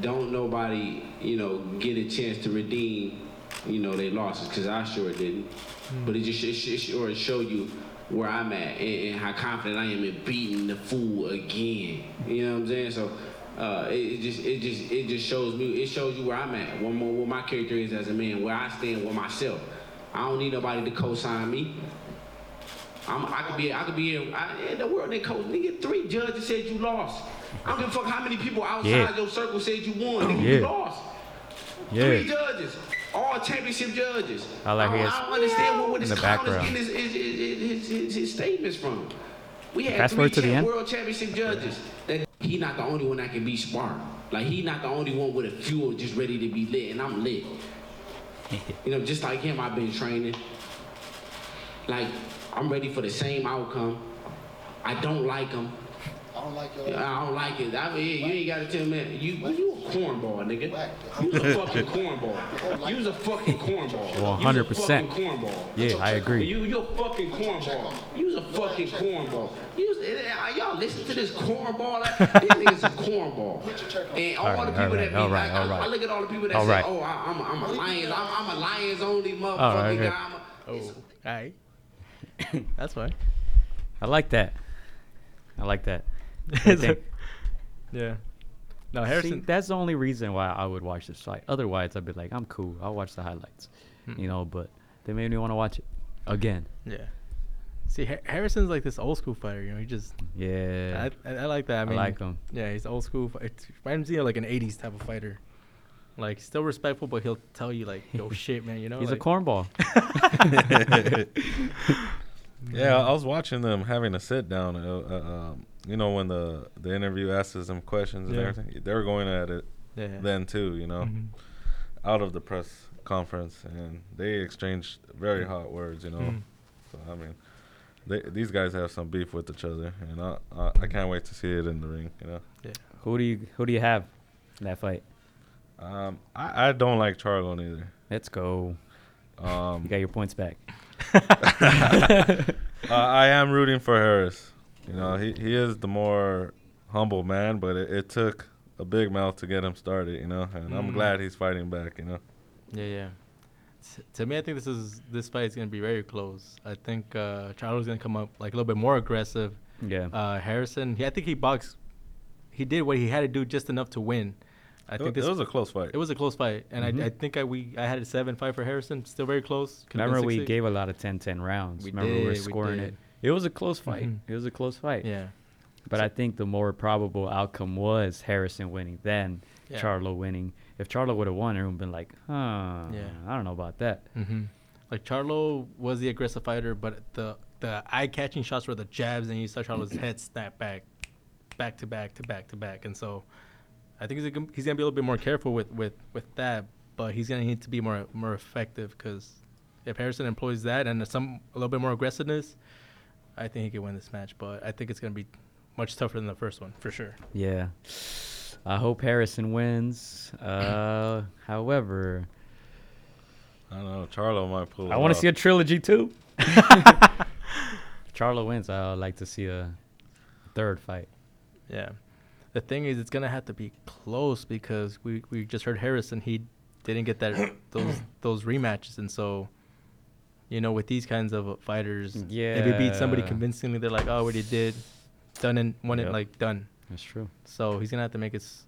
S7: Don't nobody, you know, get a chance to redeem, you know, they losses because I sure didn't. But it just it, sh- it sure show you where I'm at and, and how confident I am in beating the fool again. You know what I'm saying? So. Uh, it, it just it just it just shows me it shows you where I'm at one more where my character is as a man where I stand with myself I don't need nobody to co-sign me I'm, I could be, I could be in, I, in the world. They coach nigga. Three judges said you lost. I don't give a fuck how many people outside
S4: Yeah.
S7: your circle said you won. Nigga, you
S4: Yeah.
S7: lost. Three
S4: Yeah.
S7: judges, all championship judges.
S4: I like
S7: I don't,
S4: his-
S7: I don't understand where, where this
S4: the
S7: clown is
S4: background.
S7: getting his, his, his, his, his, his statements from. We had
S4: Fast
S7: three
S4: forward to the
S7: cha-
S4: end.
S7: world championship judges. That he not the only one that can be smart. Like he not the only one with a fuel just ready to be lit, and I'm lit. you know, just like him, I've been training. Like I'm ready for the same outcome. I don't like him.
S8: I don't like your
S7: I don't like it. I mean, you ain't got to tell me. You, you a cornball, nigga. You a fucking cornball. You was a fucking cornball. You was a
S4: 100%.
S7: fucking cornball.
S4: Yeah, I agree.
S7: You, you a fucking cornball. You was a fucking cornball. You was, eh, y'all listen to this cornball. Like, this nigga's a cornball. And all,
S4: Alright,
S7: the people
S4: alright,
S7: that be
S4: alright,
S7: like, I-
S4: alright.
S7: I, look at all the people that say,
S4: Alright.
S7: oh, I, I'm, I'm a lions. I'm, I'm a lions only motherfucking
S4: Alright, okay.
S7: guy. I'm a-
S1: Oh, all right. That's fine.
S4: I like that. I like that. I think-
S1: yeah. No,
S4: See,
S1: Harrison.
S4: that's the only reason why I would watch this fight. Otherwise, I'd be like, I'm cool. I'll watch the highlights.
S1: Hmm.
S4: You know, but they made me want to watch it again.
S1: yeah. See, Har- Harrison's like this old school fighter. You know, he just
S4: Yeah.
S1: I, I, I like that. I, mean,
S4: like him.
S1: Yeah, he's old school. fi- It reminds me of like an '80s type of fighter. Like still respectful, but he'll tell you like, "Yo, shit, man," you know.
S4: He's
S1: like,
S4: a cornball.
S2: Yeah, I was watching them having a sit down. Uh, uh, um, you know, when the the interview asks them questions and
S1: Yeah.
S2: everything, they were going at it
S1: Yeah.
S2: then too. You know,
S1: Mhm.
S2: out of the press conference, and they exchanged very hot words. You know,
S1: Mm-hmm.
S2: so I mean, they, these guys have some beef with each other, and I, I I can't wait to see it in the ring. You know,
S4: who do you who do you have in that fight?
S2: um, I I don't like Charlo neither.
S4: Let's go.
S2: Um,
S4: You got your points back.
S2: Uh, I am rooting for Harris. You know, he, he is the more humble man, but it, it took a big mouth to get him started, you know, and
S4: Mm.
S2: I'm glad he's fighting back, you know.
S1: Yeah, yeah. T- to me, I think this is this fight is gonna be very close. I think uh, Charlo's gonna come up like a little bit more aggressive.
S4: Yeah.
S1: Uh, Harrison, he, I think he boxed. He did what he had to do just enough to win. I
S2: It,
S1: think this
S2: it was a close fight.
S1: It was a close fight, and
S4: Mm-hmm.
S1: I, I think I we I had a seven five for Harrison, still very close. could've been
S4: Remember we
S1: 6-6.
S4: gave a lot of 10-10 rounds.
S1: We
S4: Remember we were
S1: did, we
S4: scoring
S1: did.
S4: it. It was a close fight.
S1: Mhm.
S4: It was a close fight.
S1: Yeah,
S4: But I think the more probable outcome was Harrison winning than
S1: Yeah.
S4: Charlo winning. If Charlo would have won, everyone would been like, huh,
S1: Yeah.
S4: I don't know about that.
S1: like Charlo was the aggressive fighter, but the the eye catching shots were the jabs, and you saw Charlo's head snap back, back to back to back to back, and so I think he's gonna, he's gonna be a little bit more careful with with with that, but he's gonna need to be more more effective because if Harrison employs that and some a little bit more aggressiveness, I think he can win this match. But I think it's gonna be much tougher than the first one for sure.
S4: Yeah. I hope Harrison wins. Uh, however,
S2: I don't know. Charlo might pull
S4: I
S2: it
S4: want to
S2: off.
S4: see a trilogy too. Charlo wins. I'd like to see a third fight.
S1: Yeah. The thing is, it's gonna have to be close because we, we just heard Harrison. He didn't get that those those rematches, and so, you know, with these kinds of uh, fighters, if you beat somebody
S4: Yeah.
S1: convincingly, they're like, "Oh, what he did, done and won
S4: Yep.
S1: it, like done."
S4: That's true.
S1: So he's gonna have to make his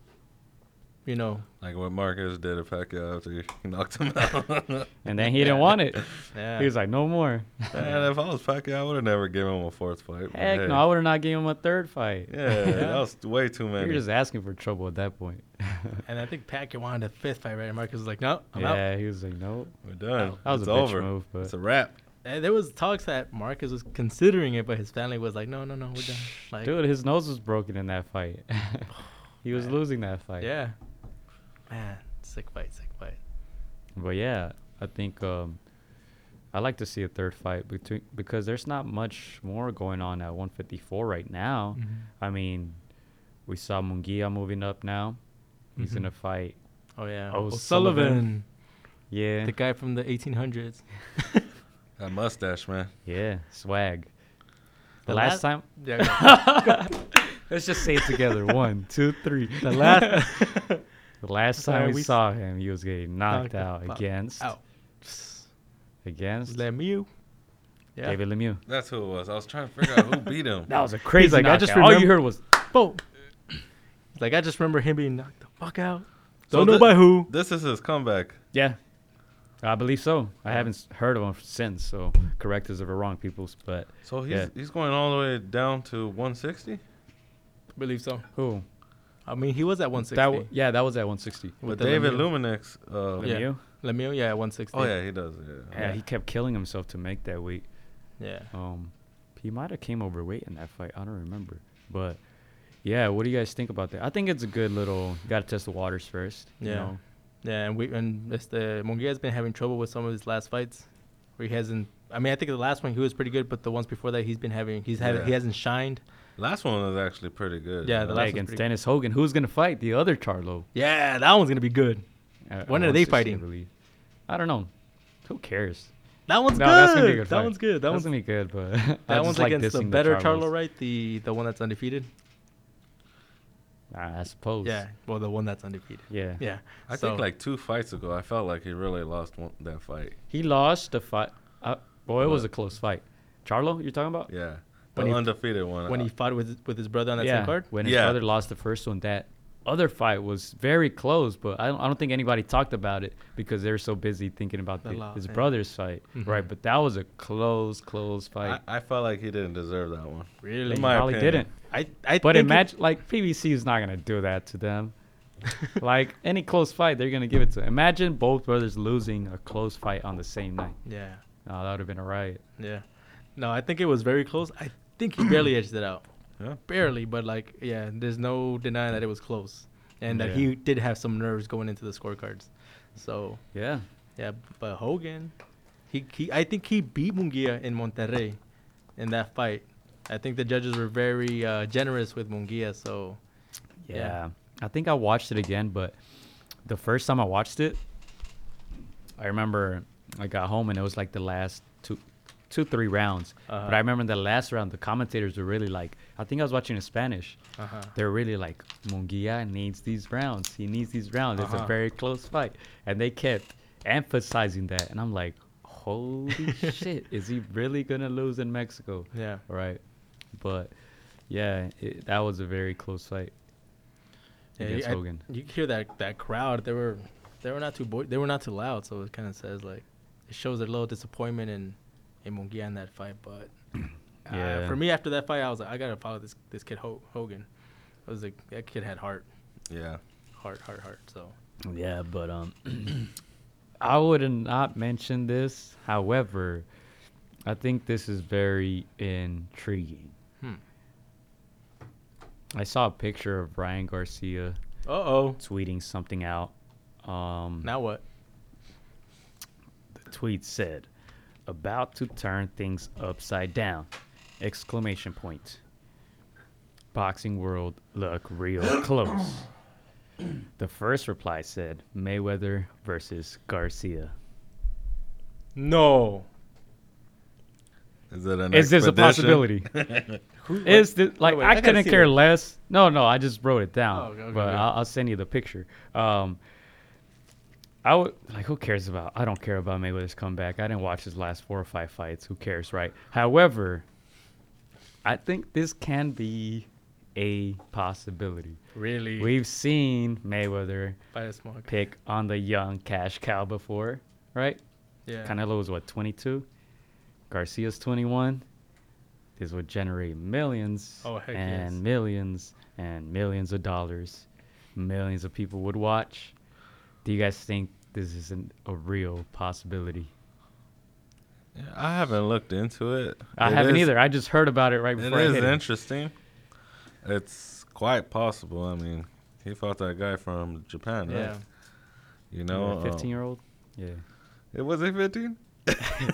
S1: you know.
S2: Like what Marcus did to Pacquiao after he knocked him out.
S4: And then he didn't want it.
S1: Yeah.
S4: He was like, no more.
S2: Man, if I was Pacquiao, I would have never given him a fourth fight. but
S4: Heck
S2: hey.
S4: no, I would have not given him a third fight.
S2: Yeah, that was way too
S4: You're
S2: many.
S4: just asking for trouble at that point.
S1: and I think Pacquiao wanted a fifth fight, right? And Marcus was like, no, I'm out.
S4: yeah, he was like, nope.
S2: We're done.
S4: That was
S2: it's
S4: a bitch
S2: over.
S4: move, but-
S2: It's a wrap.
S1: And there was talks that Marcus was considering it, but his family was like, no, no, no, we're done. Like,
S4: Dude, his nose was broken in that fight. he was losing that fight.
S1: yeah, man, sick fight, sick fight.
S4: But yeah, I think um, I like to see a third fight between because there's not much more going on at 154 right now.
S1: Mm-hmm.
S4: I mean, we saw Mungia moving up now. He's
S1: Mm-hmm.
S4: gonna fight.
S1: Oh yeah,
S4: O'Sullivan.
S1: O'Sullivan,
S4: Yeah,
S1: the guy from the 1800s.
S2: That mustache, man.
S4: yeah, swag. The,
S1: The
S4: last,
S1: last-
S4: time,
S1: Yeah,
S4: let's just say it together. One, two, three.
S1: the last
S4: The last
S1: Sorry,
S4: time we,
S1: we s-
S4: saw him, he was getting knocked,
S1: Knocked the
S4: out
S1: fuck
S4: against
S1: out.
S4: against
S1: Lemieux. Yeah.
S4: David Lemieux.
S2: That's who it was. I was trying to figure out who beat him.
S4: That was a crazy.
S1: like, I
S4: knockout.
S1: just
S4: all you
S1: remember-
S4: heard was
S1: Boom. Like I just remember him being knocked the fuck out.
S2: So
S1: Don't know
S2: the-
S1: by who.
S2: This is his comeback.
S4: yeah. I believe so. I haven't s- heard of him since. So correct us if we're wrong, peoples. But
S2: So he's
S4: Yeah.
S2: he's going all the way down to 160.
S1: believe so.
S4: who?
S1: I mean, he was at 160.
S4: That w- yeah, that was at 160.
S2: But
S1: With the
S2: David
S1: Lemieux.
S2: Luminex. Uh,
S1: Yeah.
S4: Lemieux?
S1: Lemieux, yeah, at 160.
S2: Oh yeah, he does. Yeah.
S4: Yeah, he kept killing himself to make that weight.
S1: yeah.
S4: Um, he might have came overweight in that fight. I don't remember. But yeah, what do you guys think about that? I think it's a good little. Got to test the waters first. You
S1: Yeah.
S4: know?
S1: Yeah, and we and este Munguia's been having trouble with some of his last fights, where he hasn't. I mean, I think the last one he was pretty good, but the ones before that he's been having he's having
S2: Yeah.
S1: he hasn't shined.
S2: Last one was actually pretty good.
S1: Yeah,
S2: you
S1: the
S2: know?
S4: Like
S1: last- one's
S4: against
S1: pretty-
S4: Dennis Hogan, who's gonna fight the other Charlo?
S1: Yeah, that one's gonna be good.
S4: at-
S1: When
S4: at
S1: are they
S4: 160, I
S1: fighting?
S4: believe. I don't know. Who cares?
S1: That one's
S4: No,
S1: good.
S4: that's gonna be a good.
S1: that
S4: fight.
S1: one's good. That
S4: that's
S1: one's
S4: gonna be good, but I
S1: that
S4: just
S1: one's
S4: like
S1: against the
S4: dissing
S1: better
S4: Charlos.
S1: Charlo, right? The the one that's undefeated.
S4: Ah, I suppose.
S1: Yeah, well, the one that's undefeated.
S4: Yeah.
S1: Yeah,
S2: I
S1: so-
S2: think like two fights ago, I felt like he really lost one, that fight.
S4: He lost the fight. Uh, boy, it was a close fight. Charlo, you're talking about?
S2: Yeah, the
S1: When he-
S2: undefeated one.
S1: when
S2: I-
S4: uh,
S1: he fought with with his brother on that same card.
S4: When his
S2: Yeah.
S4: brother lost the first one, that other fight was very close, but I don't, I don't think anybody talked about it because they were so busy thinking about
S1: The
S4: the,
S1: law,
S4: his
S1: yeah. Mm-hmm.
S4: brother's fight, right? But that was a close, close
S2: I,
S4: fight.
S2: I felt like he didn't deserve that one.
S1: Really?
S2: In
S4: He
S2: my
S4: probably
S2: opinion.
S4: didn't.
S1: I I
S4: But
S1: think it-
S4: imagine, like, PBC is not gonna do that to them. like any close fight, they're gonna give it to. Imagine both brothers losing a close fight on the same night.
S1: Yeah,
S4: Oh, that would have been a riot.
S1: yeah. No, I think it was very close. I think he barely edged it out.
S2: Yeah.
S1: Barely, but like, yeah, there's no denying that it was close, and that
S4: Yeah.
S1: he did have some nerves going into the scorecards. So
S4: Yeah.
S1: yeah, but Hogan, he, he I think he beat Munguia in Monterrey, in that fight. I think the judges were very uh, generous with Munguia, so
S4: yeah.
S1: Yeah.
S4: I think I watched it again, but the first time I watched it, I remember I got home and it was like the last two, two three rounds.
S1: Uh-huh.
S4: But I remember the last round, the commentators were really like, I think I was watching in Spanish.
S1: Uh-huh.
S4: They're really like, Munguia needs these rounds. He needs these rounds.
S1: Uh-huh.
S4: It's a very close fight. And they kept emphasizing that. And I'm like, holy shit, is he really going to lose in Mexico?
S1: yeah.
S4: right? But yeah, it, that was a very close fight
S1: Yeah,
S4: against
S1: you, I-
S4: Hogan.
S1: you could hear that that crowd. They were they were not too bo- they were not too loud, so it kind of says like it shows a little disappointment in in Munguia in that fight. But uh,
S4: Yeah.
S1: for me after that fight, I was like, I gotta follow this this kid Ho- Hogan. I was like, that kid had heart,
S2: Yeah,
S1: heart, heart, heart. So
S4: Yeah, but um, I would not mention this. However, I think this is very intriguing. I saw a picture of Brian Garcia
S1: uh oh,
S4: tweeting something out. Um,
S1: now what?
S4: the tweet said, "About to turn things upside down!" Exclamation point. Boxing world look real close. The first reply said Mayweather versus Garcia.
S1: No,
S2: is it an
S4: Is this a
S2: expedition?
S4: possibility? Is this like
S1: wait, I
S4: I,
S1: gotta
S4: couldn't
S1: see
S4: care
S1: this.
S4: less? No, no, I just wrote it down,
S1: Oh, okay, okay,
S4: but
S1: okay.
S4: I'll, I'll send you the picture. Um, I would like who cares about? I don't care about Mayweather's comeback. I didn't watch his last four or five fights. Who cares, right? However, I think this can be a possibility.
S1: Really?
S4: We've seen Mayweather
S1: by a small guy.
S4: pick on the young cash cow before, right?
S1: Yeah.
S4: Canelo is what 22, Garcia's 21. This would generate millions
S1: Oh, heck
S4: and
S1: yes.
S4: millions and millions of dollars. Millions of people would watch. Do you guys think this isn't a real possibility?
S2: I haven't looked into it.
S4: I
S2: It
S4: haven't
S2: is-
S4: either. I just heard about it right
S2: It
S4: before. I
S2: is
S4: hit it.
S2: interesting. It's quite possible. I mean, he fought that guy from Japan, right?
S1: Yeah.
S2: You
S4: Yeah,
S2: know, um,
S4: 15 year old. Yeah,
S2: It was a 15.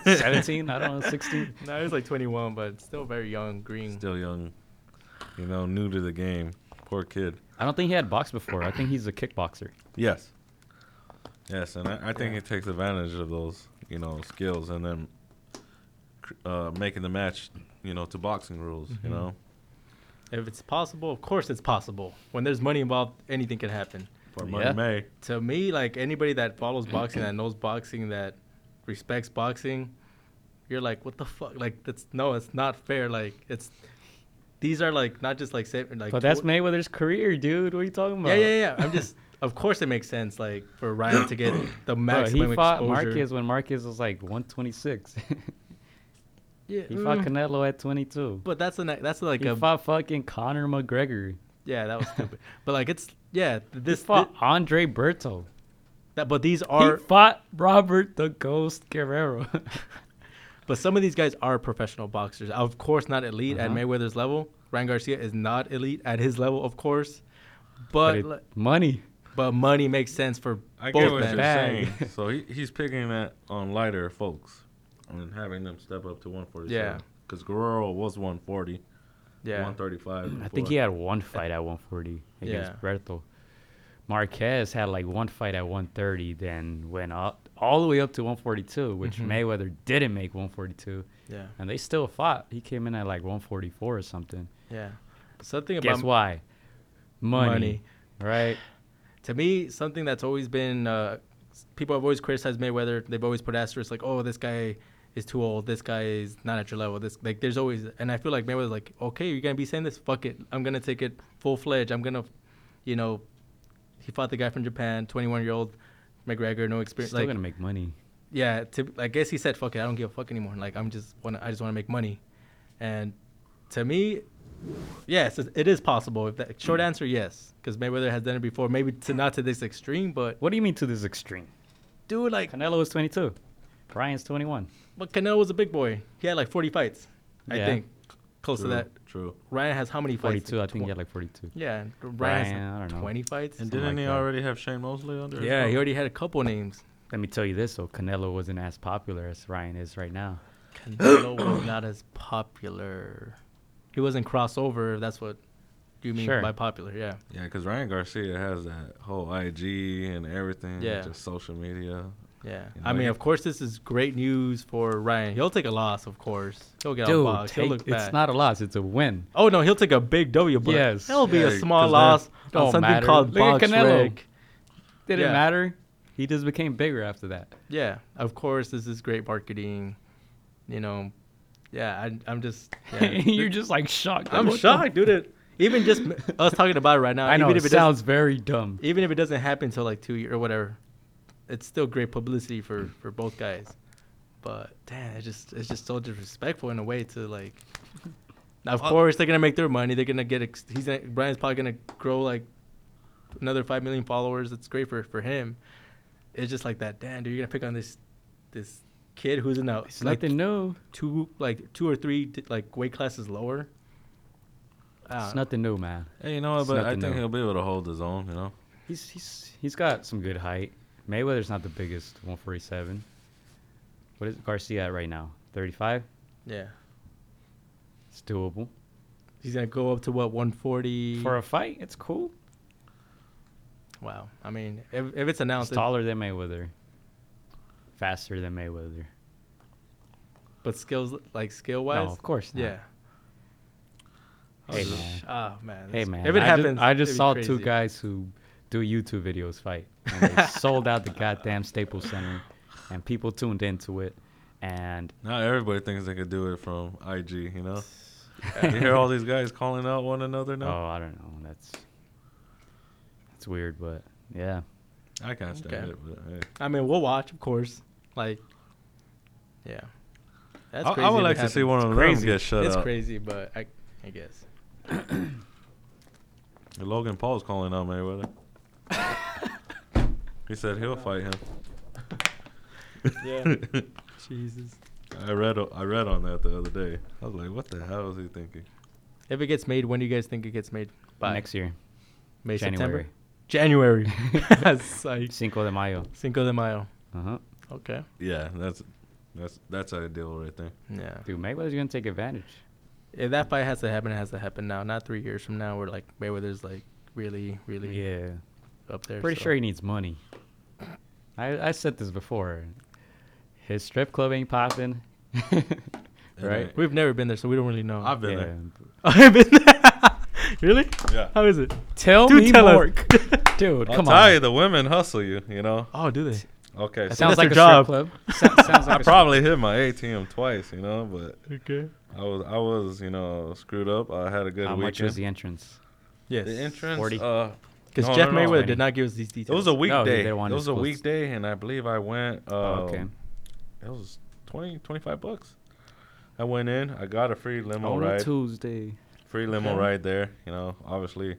S4: 17. I don't know, 16.
S1: No, he's like 21, but still very young, green.
S2: Still young. You know, new to the game. Poor kid.
S4: I don't think he had boxed before. I think he's a kickboxer.
S2: Yes. Yes, and I, I think he takes advantage of those, you know, skills, and then cr- uh, making the match, you know, to boxing rules.
S1: Mm-hmm.
S2: You know,
S1: If it's possible, of course it's possible. When there's money involved, anything can happen.
S2: for money
S4: Yeah.
S2: May.
S1: To me, like anybody that follows boxing, that knows boxing, that respects boxing, you're like, what the fuck? Like that's no, it's not fair. Like it's these are like not just like sa- like.
S4: But that's
S1: tw-
S4: Mayweather's career, dude. What are you talking about?
S1: Yeah, yeah, yeah. I'm just. Of course, it makes sense. Like for Ryan to get the
S4: Bro,
S1: maximum
S4: he fought
S1: exposure.
S4: Marquez when Marquez was like 126.
S1: Yeah,
S4: he fought
S1: mm,
S4: Canelo at 22.
S1: But that's an that's like
S4: He
S1: a
S4: fought fucking Conor McGregor.
S1: yeah that was stupid. but like it's yeah th-
S4: He
S1: this
S4: fought
S1: thi-
S4: Andre Berto.
S1: that but these
S4: He
S1: are
S4: fought Robert the Ghost Guerrero.
S1: But some of these guys are professional boxers. Of course, not elite at
S4: Uh-huh.
S1: Mayweather's level. Ryan Garcia is not elite at his level, of course.
S4: but
S1: But
S4: it-
S1: but,
S4: money.
S1: money makes sense for
S2: I get
S1: both
S2: what you're
S1: men.
S4: bag.
S2: saying. so he, he's picking that on lighter folks, and having them step up to 147.
S1: Yeah.
S2: because Guerrero was 140,
S1: Yeah,
S2: 135.
S4: I think he had one fight at 140 against
S1: Yeah.
S4: Berto. Marquez had like one fight at 130, then went up all the way up to 142, which
S1: Mm-hmm.
S4: Mayweather didn't make 142,
S1: yeah,
S4: and they still fought. He came in at like 144 or something.
S1: yeah. Something
S4: Guess
S1: about
S4: why? Money,
S1: Money.
S4: right?
S1: to me something that's always been uh, s- people have always criticized Mayweather. They've always put asterisks like, "Oh, this guy is too old. This guy is not at your level." This like there's always, and I feel like Mayweather's like, "Okay, you're gonna be saying this. Fuck it. I'm gonna take it full fledged. I'm gonna, you know, he fought the guy from Japan, 21 year old McGregor, no experience.
S4: Still
S1: like,
S4: gonna make money.
S1: yeah, to, I guess he said, "Fuck it, I don't give a fuck anymore. Like, I'm just wanna, I just want to make money." And to me, yes, it, it is possible. If that short answer, yes, because Mayweather has done it before. Maybe to not to this extreme, but
S4: What do you mean to this extreme?
S1: dude, like,
S4: Canelo is 22. Brian's 21.
S1: but Canelo was a big boy. He had like 40 fights, I
S4: Yeah.
S1: think, close
S2: True,
S1: to that.
S2: true.
S1: Ryan has how many fights?
S4: 42, I think
S1: Tw-
S4: he had like 42.
S1: yeah, Ryan has
S4: Ryan, I don't know.
S1: 20 fights.
S2: And
S4: Something
S2: didn't
S4: like
S2: he
S4: that.
S2: already have Shane Mosley under? his
S1: yeah,
S2: belt?
S1: he already had a couple names.
S4: Let me tell you this, though. Canelo wasn't as popular as Ryan is right now.
S1: Canelo was not as popular. He wasn't crossover. That's what you mean
S4: Sure.
S1: by popular. Yeah.
S2: Yeah, because Ryan Garcia has that whole IG and everything,
S1: Yeah.
S2: just social media.
S1: Yeah.
S2: You
S1: I
S2: know,
S1: mean,
S2: you-
S1: of course, this is great news for Ryan. He'll take a loss, of course. He'll get
S4: Dude,
S1: outboxed. He'll
S4: take-
S1: look bad.
S4: it's not a loss. It's a win.
S1: oh, no, he'll take a big W, but
S4: Yes.
S1: it'll be
S2: Yeah,
S1: a small
S2: 'cause
S1: loss
S4: that
S1: on
S4: don't
S1: something
S4: matter.
S1: called
S4: Look
S1: box
S4: at Canelo.
S1: rec.
S4: Didn't
S1: Yeah.
S4: matter. He just became bigger after that.
S1: Yeah, of course, this is great marketing. You know, yeah, I, I'm just. Yeah.
S4: You're just like shocked.
S1: I'm
S4: What the-
S1: shocked, dude. It- Even just m- us talking about it right now,
S4: I know.
S1: even
S4: It
S1: if it doesn't-
S4: sounds very dumb.
S1: even if it doesn't happen until like two year or whatever, it's still great publicity for for both guys. But damn, it's just it's just so disrespectful in a way to like. Now, Of course, they're gonna make their money. They're gonna get. Ex- he's gonna, Brian's probably gonna grow like another five million followers. It's great for for him. It's just like that. Damn, dude, you're gonna pick on this this kid who's in the
S4: It's
S1: like
S4: nothing new.
S1: two like two or three di- like weight classes lower. Ah, I don't
S4: It's
S1: know.
S4: nothing new, man.
S2: Hey, you know what?
S4: It's
S2: But I
S4: nothing
S2: think
S4: new.
S2: he'll be able to hold his own. You know,
S4: He's he's he's got some good height. Mayweather's not the biggest, 147. What is Garcia at right now? 35.
S1: yeah,
S4: It's doable
S1: he's gonna go up to what 140
S4: for a fight. It's cool.
S1: Wow. I mean, if, if it's
S4: He's
S1: announced,
S4: taller than Mayweather. Faster than Mayweather.
S1: but skills like skill
S4: No,
S1: wise,
S4: of course not.
S1: yeah.
S4: Hey man.
S1: Ah man.
S4: Hey
S1: that's-
S4: man.
S1: If it
S4: I
S1: happens,
S4: just, I just
S1: it'd be
S4: saw two
S1: crazy.
S4: guys who do YouTube videos fight. And they sold out the goddamn Staples Center, and people tuned into it. And
S2: not everybody thinks they could do it from IG. You know, you hear all these guys calling out one another now?
S4: Oh, I don't know. That's that's weird, but yeah.
S2: I can't stand
S1: Okay.
S2: it. But, hey.
S1: I mean, we'll watch, of course. Like, yeah. That's
S2: I, I would
S1: if
S2: like
S1: it
S2: to see
S1: happens.
S2: one of them get shut
S1: It's
S2: up.
S1: crazy, but I, I guess.
S2: Logan Paul's calling out Mayweather. he said he'll fight him.
S1: Yeah. Jesus.
S2: I read o- I read on that the other day. I was like, what the hell is he thinking?
S1: If it gets made, when do you guys think it gets made? By
S4: Next year,
S1: May,
S4: January.
S1: September? January. Psych.
S4: Cinco de Mayo.
S1: Cinco de Mayo.
S4: Uh huh.
S1: Okay.
S2: Yeah, that's that's that's ideal right there.
S1: Yeah.
S4: Dude, Mayweather's gonna take advantage.
S1: If that fight has to happen, it has to happen now. Not three years from now, where like Mayweather's like really, really
S4: Yeah.
S1: up there.
S4: Pretty
S1: so.
S4: sure he needs money. I I said this before. His strip club ain't popping. right?
S1: We've never been there, so we don't really know.
S2: I've been
S4: Yeah.
S2: there.
S1: I've been there. really?
S2: Yeah.
S1: How is it?
S4: Tell
S1: Dude,
S4: me
S1: tell us.
S4: more. Dude,
S2: I'll
S4: come
S2: tell you,
S4: on.
S2: the women hustle you, you know?
S1: Oh, do they?
S2: Okay. So
S1: that's
S4: Sounds like a
S1: their
S4: strip
S1: job.
S4: club. Sounds, sounds like
S2: I
S4: a
S2: probably hit my ATM twice, you know, but
S1: Okay.
S2: I was I was, you know, screwed up. I had a good
S4: How
S2: weekend.
S4: much was the entrance?
S1: Yes.
S2: the entrance
S4: 40?
S2: uh
S1: Because
S2: No,
S1: Jeff
S2: no, no,
S1: Mayweather
S4: already.
S1: did not give us these details.
S2: It was a weekday.
S4: they
S2: it
S4: wanted
S2: was a
S4: closed.
S2: weekday, and I believe I went. Um,
S4: okay.
S2: It was 20, 25 bucks. I went in. I got a free limo
S4: On a
S2: ride.
S4: Tuesday.
S2: Free limo ride there. You know, obviously, the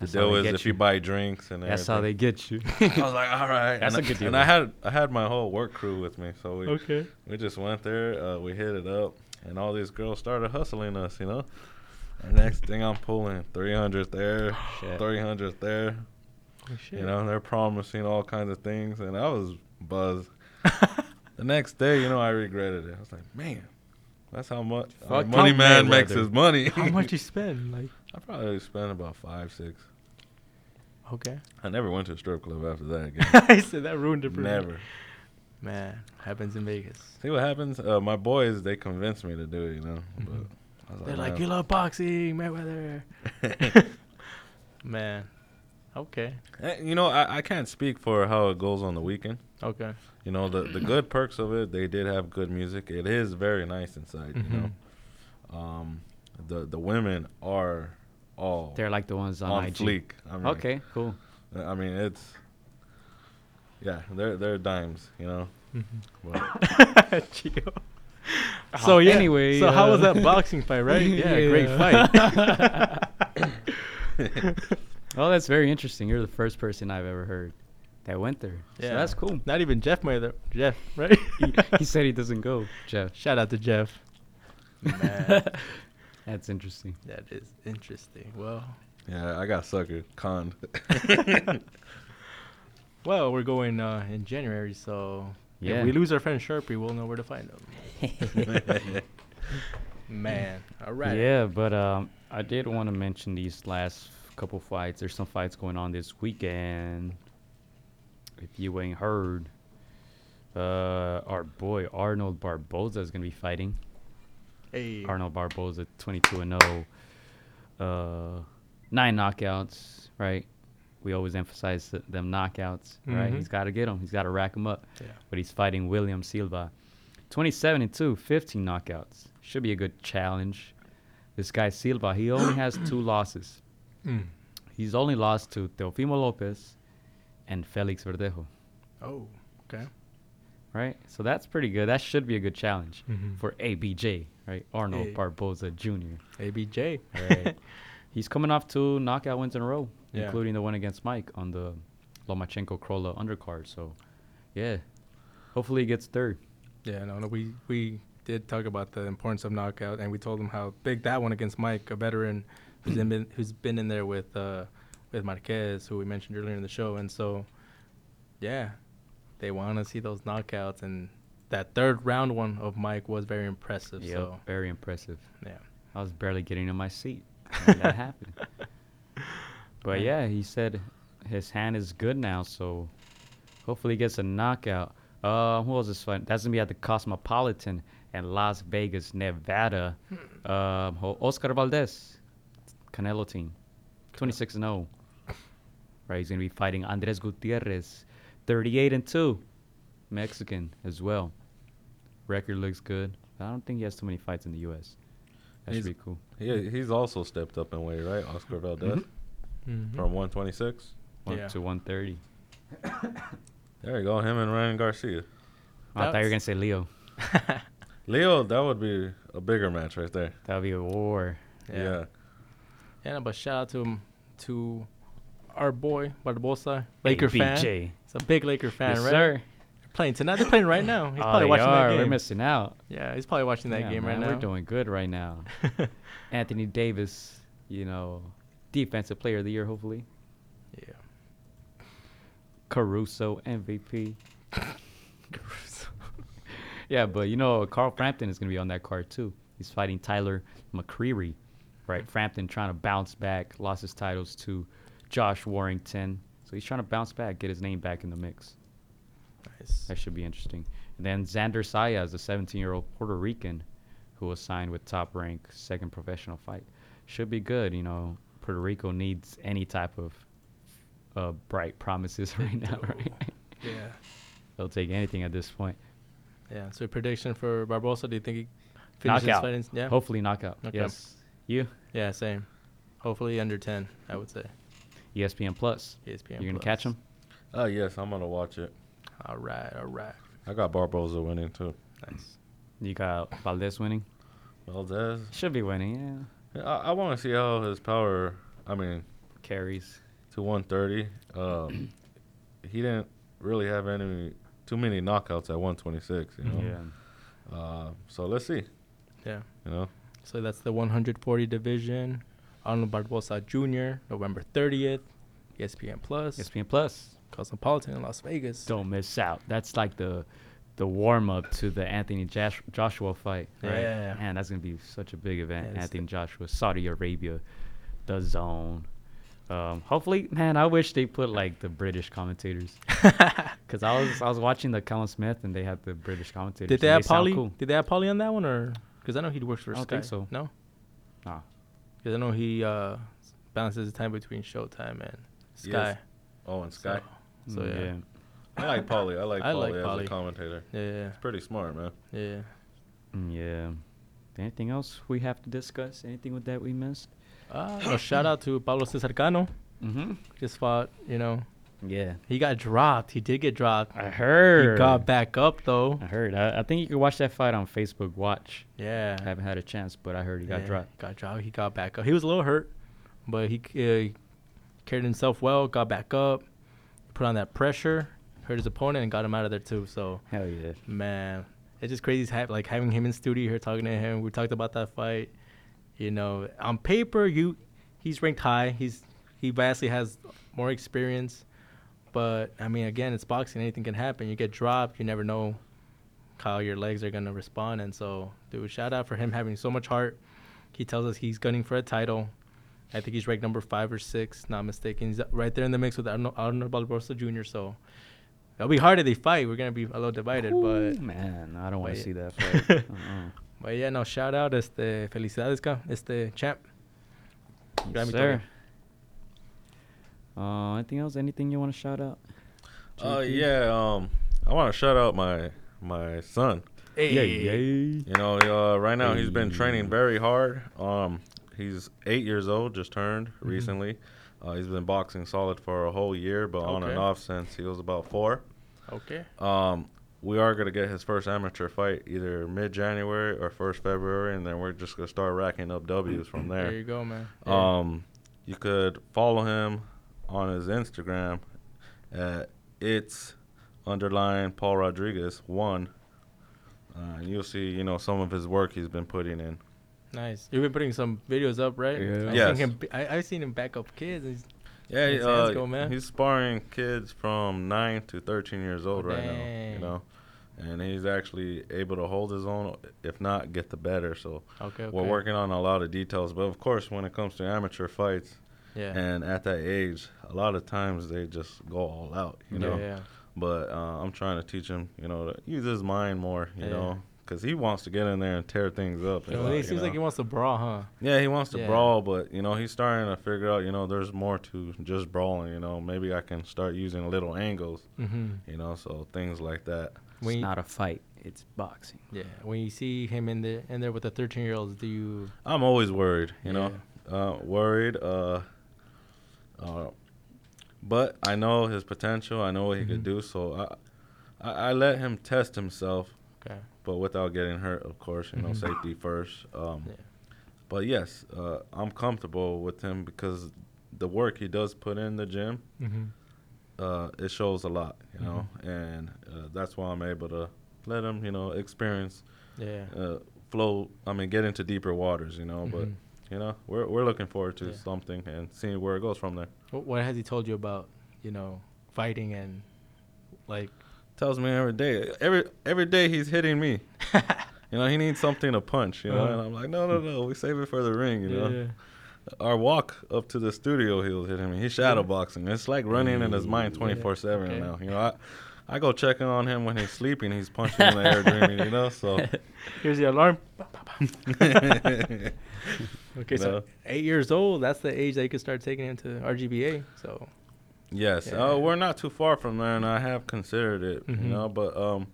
S4: That's how
S2: deal
S4: they
S2: is
S4: get
S2: if you
S4: you.
S2: buy drinks and
S4: That's how
S2: everything.
S4: they get you.
S2: I was like, all right.
S4: That's
S2: and
S4: a good
S2: I, and
S4: deal.
S2: I had I had my whole work crew with me, so we
S1: Okay.
S2: we just went there. Uh, we hit it up, and all these girls started hustling us. You know. And next thing I'm pulling 300 there,
S4: Shit.
S2: 300 there,
S1: Oh,
S2: you know, they're promising all kinds of things, and I was buzzed. the next day, you know, I regretted it. I was like, man, that's how much our
S4: Fuck
S2: money
S4: Tom
S2: man makes
S4: Mayweather.
S2: his money.
S1: How much you spend? Like,
S2: I probably spent about five, six.
S1: okay.
S2: I never went to a strip club after that again.
S1: I said that ruined it for me.
S2: never.
S1: Man, happens in Vegas.
S2: See what happens? Uh, my boys, they convinced me to do it, you know.
S4: Mm-hmm.
S2: But uh, I was
S1: They're like,
S2: "Man,
S1: you love boxing, Mayweather. Man. Okay.
S2: eh, you know, I, I can't speak for how it goes on the weekend.
S1: Okay.
S2: You know, the the good perks of it, they did have good music. It is very nice inside, you
S4: Mm-hmm.
S2: know. Um the the women are all
S4: They're like the ones on,
S2: on
S4: IG.
S2: fleek. I mean,
S4: Okay, cool.
S2: I mean, it's yeah, they're they're dimes, you know.
S4: Mm-hmm.
S2: But
S1: Chico. So yeah.
S4: anyway,
S1: so how was
S4: uh,
S1: that boxing fight, right? Yeah, great
S4: Yeah.
S1: fight.
S4: Well, that's very interesting. You're the first person I've ever heard that went there. Yeah.
S1: Yeah.
S4: So that's cool.
S1: Not even Jeff Mayweather. Jeff, right?
S4: he, he said he doesn't go, Jeff.
S1: Shout out to Jeff.
S4: That's interesting.
S1: That is interesting. Well,
S2: yeah, I got sucker conned.
S1: well, we're going uh, in January, so
S4: Yeah.
S1: if we lose our friend Sharpie, we'll know where to find him. Man, all right.
S4: Yeah, but um, I did want to mention these last couple fights. There's some fights going on this weekend. If you ain't heard, uh, our boy Arnold Barboza is gonna be fighting.
S1: Hey,
S4: Arnold Barboza, 22 and 0, uh, nine knockouts, right? We always emphasize th- them knockouts, right?
S1: Mhm.
S4: He's got to get them. He's got to rack them up.
S1: Yeah.
S4: But he's fighting William Silva, 27 and 2, 15 knockouts. Should be a good challenge. This guy Silva, he only has two losses.
S1: Mm.
S4: He's only lost to Teofimo Lopez and Felix Verdejo
S1: Oh, okay.
S4: right? So that's pretty good. That should be a good challenge
S1: Mhm.
S4: for ABJ, right? Arnold
S1: Yeah.
S4: Barboza Jr.
S1: ABJ.
S4: Right? He's coming off two knockout wins in a row,
S1: Yeah.
S4: including the one against Mike on the Lomachenko Krola undercard. So, yeah, hopefully he gets third.
S1: Yeah, no, no, we we did talk about the importance of knockout, and we told him how big that one against Mike, a veteran who's
S4: Mm-hmm.
S1: in been who's been in there with uh, with Marquez, who we mentioned earlier in the show, and so yeah, they want to see those knockouts, and that third round one of Mike was very impressive.
S4: Yep,
S1: So
S4: very impressive.
S1: yeah,
S4: I was barely getting in my seat when that happened. But yeah, he said his hand is good now, so hopefully he gets a knockout. Uh, who else is fighting? That's gonna be at the Cosmopolitan in Las Vegas, Nevada. Um, ho- Oscar Valdez, Canelo team, 26 and 0. Right, he's gonna be fighting Andres Gutierrez, 38 and 2, Mexican as well. Record looks good. I don't think he has too many fights in the U.S. That should
S1: He's-
S4: be cool.
S2: Yeah, he's also stepped up in weight, right? Oscar Valdez
S1: Mhm.
S2: from 126.
S4: One
S1: Yeah.
S4: to one thirty.
S2: There you go, him and Ryan Garcia.
S4: Oh, I thought you were
S1: That's-
S4: gonna say Leo.
S2: Leo, that would be a bigger match right there.
S4: That would be a war.
S2: Yeah.
S1: Yeah, no, but shout out to him, to our boy Barbosa, Laker fan.
S4: ABJ.
S1: He's a big Laker fan,
S4: yes,
S1: right?
S4: sir.
S1: Playing tonight. They're playing right now. He's
S4: Oh,
S1: probably
S4: they
S1: watching
S4: are.
S1: that
S4: We're
S1: game.
S4: missing out.
S1: yeah, he's probably watching that
S4: Yeah,
S1: game
S4: man,
S1: right
S4: We're
S1: now.
S4: doing good right now. Anthony Davis, you know, defensive player of the year, hopefully.
S1: Yeah.
S4: Caruso MVP. yeah, but you know, Carl Frampton is gonna be on that card too. He's fighting Tyler McCreary, right? Frampton trying to bounce back, lost his titles to Josh Warrington, so he's trying to bounce back, get his name back in the mix.
S1: Nice.
S4: That should be interesting. And then Xander Sayas, the 17-year-old Puerto Rican, who was signed with Top Rank, second professional fight, should be good. You know, Puerto Rico needs any type of uh, bright promises right now. Right?
S1: Yeah.
S4: They'll take anything at this point.
S1: Yeah. So your prediction for Barbosa? Do you think he finishes
S4: Knockout.
S1: fighting? Yeah.
S4: Hopefully knockout.
S1: Okay.
S4: Yes. You?
S1: yeah. Same. Hopefully under ten. I would say. E
S4: ESPN Plus.
S1: ESPN.
S4: You're gonna catch
S1: Plus.
S4: him.
S2: Oh, yes, I'm going to watch it.
S1: All right. All right.
S2: I got Barboza winning, too.
S1: Nice.
S4: You got Valdez winning.
S2: Valdez.
S4: Should be winning.
S2: I, I want to see how his power, I mean,
S4: Yeah. Carries.
S2: to 130. Um, he didn't really have any too many knockouts at 126, you know. Uh, so let's see,
S1: Yeah.
S2: you know.
S1: So that's the 140 division. Arnold Barbosa Jr. November E 30th. ESPN Plus.
S4: ESPN Plus.
S1: Cosmopolitan in Las Vegas.
S4: Don't miss out. That's like the the warm up to the Anthony Josh- Joshua fight. Right?
S1: Yeah.
S4: Man, that's gonna be such a big event.
S1: Yeah, it's
S4: Anthony Joshua, Saudi Arabia, the zone. Um, hopefully, man, I wish they put like the British commentators. Cause I was I was watching the Colin Smith and they had the British commentators.
S1: Did they
S4: and
S1: have
S4: sound
S1: Polly?
S4: cool.
S1: Did they have Polly on that one, or because I know he works for
S4: I
S1: Sky?
S4: don't think so.
S1: No,
S4: Nah.
S1: because I know he uh, balances the time between Showtime and Sky.
S2: Yes. Oh, and Sky.
S4: Mm,
S1: So yeah, yeah,
S2: I like Polly. I like
S1: I
S2: Polly
S1: like
S2: as
S1: Pauly.
S2: a commentator.
S1: yeah,
S2: Pretty smart, man.
S1: yeah. yeah.
S4: Mm, Yeah. Anything else we have to discuss? Anything with that we missed?
S1: Uh, no, shout out to Pablo Cesar Cano.
S4: Mm-hmm.
S1: Just fought. You know,
S4: Yeah.
S1: he got dropped. He did get dropped.
S4: I heard.
S1: He got back up though.
S4: I heard. I, I think you can watch that fight on Facebook Watch.
S1: Yeah,
S4: I haven't had a chance, but I heard he got
S1: yeah,
S4: dropped.
S1: Got dropped. He got back up. He was a little hurt, but he uh, carried himself well. Got back up, put on that pressure, hurt his opponent, and got him out of there too. So.
S4: Hell yeah.
S1: man, it's just crazy. Ha- like having him in studio here, talking to him. We talked about that fight. You know, on paper, you he's ranked high. He's he vastly has more experience. But I mean, again, it's boxing. Anything can happen. You get dropped. You never know how your legs are gonna respond. And so, dude, shout out for him having so much heart. He tells us he's gunning for a title. I think he's ranked number five or six, not mistaken. He's right there in the mix with Arnold, Arnold Barbosa Jr. So it'll be hard if they fight. We're gonna be a little divided, but
S4: Ooh, man, I don't want
S1: but-
S4: to see that fight. Uh-uh.
S1: But yeah, no, shout out, este, felicidades, ca- este, champ. Grab
S4: yes,
S1: me
S4: sir. Uh, anything else? Anything you want to shout out?
S2: Oh yeah. Um, I want to shout out my my son.
S1: Hey.
S4: yay.
S2: You know, uh, right now he's been training very hard. Um, he's eight years old, just turned recently. Uh, he's been boxing solid for a whole year, but on and
S1: Okay.
S2: off since he was about four.
S1: Okay.
S2: Um, we are gonna get his first amateur fight either mid January or first February, and then we're just gonna start racking up W's from
S1: There
S2: there.
S1: you go, man. Yeah.
S2: Um, you could follow him on his Instagram at it's underline Paul Rodriguez one. Uh, you'll see, you know, some of his work he's been putting in.
S1: nice. You've been putting some videos up, right?
S4: Yeah.
S1: I've
S2: Yes.
S1: Seen him, b- I, have seen him back up kids. He's,
S2: Yeah,
S1: His
S2: he,
S1: hands
S2: uh,
S1: go, man.
S2: he's sparring kids from nine to thirteen years old right now. You
S1: Dang.
S2: know, and he's actually able to hold his own, if not get the better. So
S1: okay, okay.
S2: we're working on a lot of details, but of course, when it comes to amateur fights
S1: Yeah.
S2: and at that age, a lot of times they just go all out. You know,
S1: yeah, yeah.
S2: but uh, I'm trying to teach him, you know, to use his mind more. You
S1: Yeah.
S2: know. Cause he wants to get in there and tear things up.
S1: You know,
S2: a lot,
S1: he
S2: you
S1: seems
S2: know.
S1: like he wants to brawl, huh?
S2: Yeah, he wants to
S1: Yeah.
S2: brawl, but you know he's starting to figure out. You know, there's more to just brawling. You know, maybe I can start using little angles.
S1: Mm-hmm.
S2: You know, so things like that.
S4: It's not a fight. It's it's boxing.
S1: Yeah, when you see him in there in there with the 13 year olds, do you?
S2: I'm always worried, you know, uh, worried. Uh, uh, but I know his potential. I know what he could
S1: Mm-hmm.
S2: do. So I, I, I let him test himself,
S1: Okay.
S2: but without getting hurt, of course. You know, safety first. Um,
S1: Mm-hmm. Yeah.
S2: But yes, uh, I'm comfortable with him because the work he does put in the gym,
S1: Mm-hmm.
S2: uh, it shows a lot. You know, and uh, that's why I'm able to let him, you know, experience
S1: Yeah.
S2: uh, flow. I mean, get into deeper waters, you know. But
S1: Mhm.
S2: you know, we're we're looking forward to
S1: Yeah.
S2: something and seeing where it goes from there.
S1: What, what has he told you about you know fighting and like?
S2: Tells me every day, every every day he's hitting me. you know, he needs something to punch. You know,
S1: Uh-huh.
S2: and I'm like, no, no, no, we save it for the ring. You know,
S1: Yeah.
S2: our walk up to the studio, he was hitting me. He's shadow boxing. It's like running in his mind
S1: Mm,
S2: 24
S1: Okay.
S2: seven now. You know, I. I go checking on him when he's sleeping. He's punching in the air, dreaming, you know. So,
S1: Here's the alarm.
S2: yeah,
S1: Okay, so
S2: No.
S1: eight years old. That's the age that you could start taking him to RGBA. So
S2: Yes,
S1: Yeah.
S2: uh, we're not too far from there, and I have considered it,
S1: Mhm.
S2: you know. But um,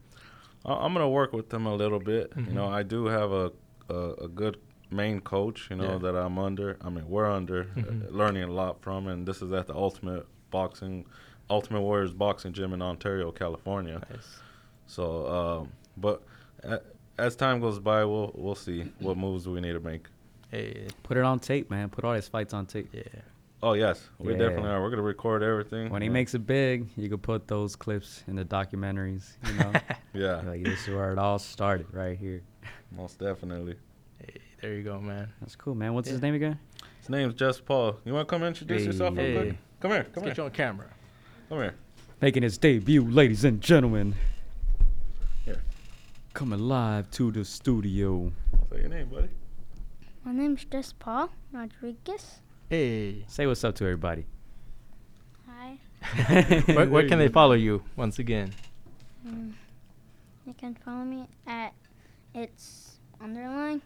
S2: I- I'm gonna work with them a little bit. You
S1: Mm-hmm.
S2: know, I do have a a, a good main coach, you know,
S1: Yeah. Mm-hmm.
S2: that I'm under. I mean, we're under, uh, learning a lot from, and this is at the Ultimate Boxing, Ultimate Warriors Boxing Gym in Ontario, California.
S1: nice.
S2: So, um, but a as time goes by, we'll we'll see what moves we need to make.
S1: Hey,
S4: Put it on tape, man. Put all his fights on tape.
S1: yeah.
S2: Oh yes, we
S4: Yeah.
S2: definitely are. We're gonna record everything
S4: When he
S2: Yeah.
S4: makes it big, you could put those clips in the documentaries. You know,
S2: Yeah,
S4: like this is where it all started, right here.
S2: most definitely.
S1: Hey, there you go, man.
S4: That's cool, man. What's his
S1: Yeah.
S4: name again?
S2: His name's Just Paul. You want to come introduce
S4: Hey.
S2: yourself real quick?
S1: Hey.
S2: Come here,
S1: Let's
S2: come
S1: get you
S2: here,
S1: on camera.
S2: come here.
S4: Making his debut, ladies and gentlemen.
S2: Here.
S4: Coming live to the studio.
S2: Say your name, buddy.
S8: My name's just Paul Rodriguez.
S1: Hey,
S4: Say what's up to everybody.
S8: Hi.
S1: where, where
S4: There
S1: can
S4: you
S1: they follow you once again?
S8: You can follow me at its underline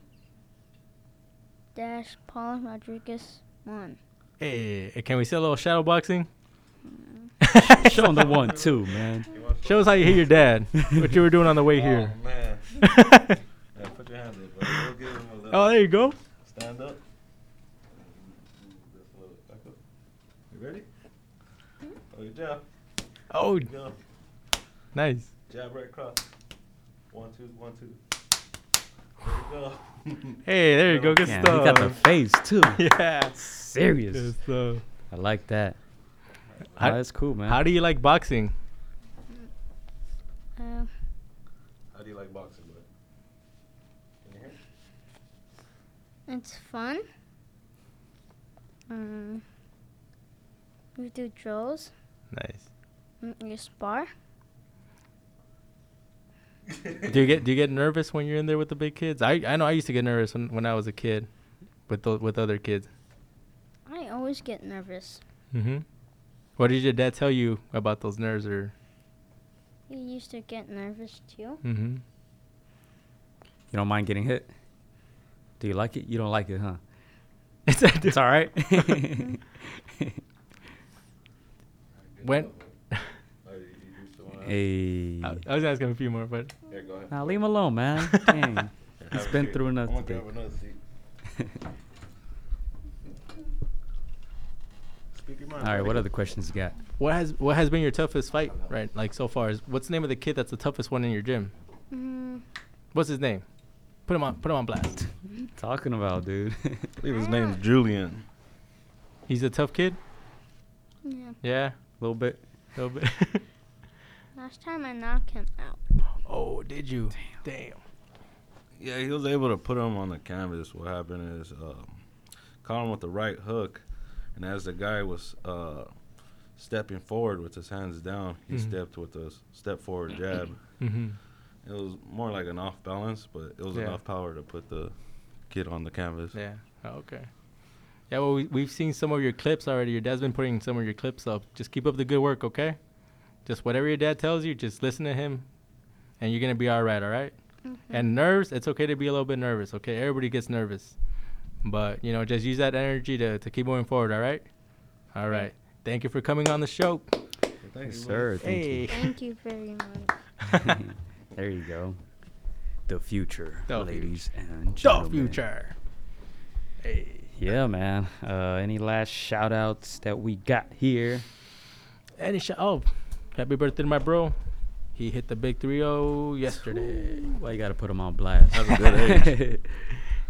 S8: dash Paul Rodriguez one.
S1: Hey, hey, can we see a little shadow boxing? Mm.
S4: go. Show him the one too, man.
S1: Show us how you hit your dad. what you were doing on the way here.
S2: Oh man. yeah, put your hands up, buddy. We'll give him a little
S1: Oh, there you go.
S2: stand up. Just a little back up. You ready?
S4: Mm-hmm.
S2: Oh, good job.
S1: Oh,
S2: Good job.
S1: nice.
S2: Jab right across. One, two, one, two. There you go.
S1: Hey, there you go. Good
S4: Yeah, he
S1: stuff.
S4: got the face too.
S1: yeah.
S4: Serious.
S1: Good stuff.
S4: I like that.
S1: How-
S4: Oh, that's cool, man.
S1: How do you like boxing?
S8: Uh,
S2: How do you like boxing, buddy? Can you hear?
S8: it's fun. Um, we do drills.
S1: Nice.
S8: mm, You spar.
S1: Do you get do you get nervous when you're in there with the big kids? I, I know I used to get nervous when, when I was a kid, with the, with other kids.
S8: I always get nervous.
S1: Mm-hmm. What did your dad tell you about those nerves? Or
S8: You used to get nervous too.
S1: mm-hmm.
S4: You don't mind getting hit? Do you like it? You don't like it, huh?
S1: it's,
S4: It's all right.
S1: When
S2: Oh, you, you used to wanna-
S4: hey.
S1: I, I was asking a few more, but
S2: Here, go ahead.
S4: Now leave him alone, man. Dang.
S2: Here,
S4: He's
S2: have a
S4: been
S2: seat.
S4: through enough
S2: I'm gonna
S4: today.
S2: grab another seat. Speak your mind.
S4: All right,
S2: buddy.
S4: what other questions you got?
S1: what has what has been your toughest fight, right? Like so far, is what's the name of the kid that's the toughest one in your gym?
S8: Mm,
S1: What's his name? Put him on put him on blast.
S4: Talking about, dude.
S2: I believe his name's Julian.
S1: He's a tough kid.
S8: yeah.
S1: Yeah,
S4: A little bit.
S1: a little bit.
S8: Last time I knocked him out.
S1: oh, did you? Damn.
S2: Yeah, he was able to put him on the canvas. What happened is, um, caught him with the right hook, and as the guy was uh, stepping forward with his hands down, he
S1: Mhm.
S2: stepped with a s- step forward jab.
S1: Mm-hmm.
S2: It was more like an off balance, but it was
S1: Yeah.
S2: enough power to put the kid on the canvas.
S1: Yeah. Oh, okay. Yeah. Well, we, we've seen some of your clips already. Your dad's been putting some of your clips up. Just keep up the good work, okay? Just whatever your dad tells you, just listen to him, and you're gonna be all right. All right? And nerves, it's okay to be a little bit nervous. Okay, everybody gets nervous, but you know, just use that energy to to keep moving forward. All right? All right. Thank you for coming on the show.
S2: Thank
S4: Yes,
S2: you, buddy.
S4: sir. Thank you.
S8: Thank you very much.
S4: There you go. the future,
S1: The
S4: ladies and
S1: The
S4: gentlemen.
S1: future. Hey.
S4: Yeah, man. Uh, any last shout outs that we got here?
S1: Any shout? Oh, happy birthday to my bro. He hit the big 3-0 yesterday.
S4: Why you gotta put him on blast?
S1: That's a good age.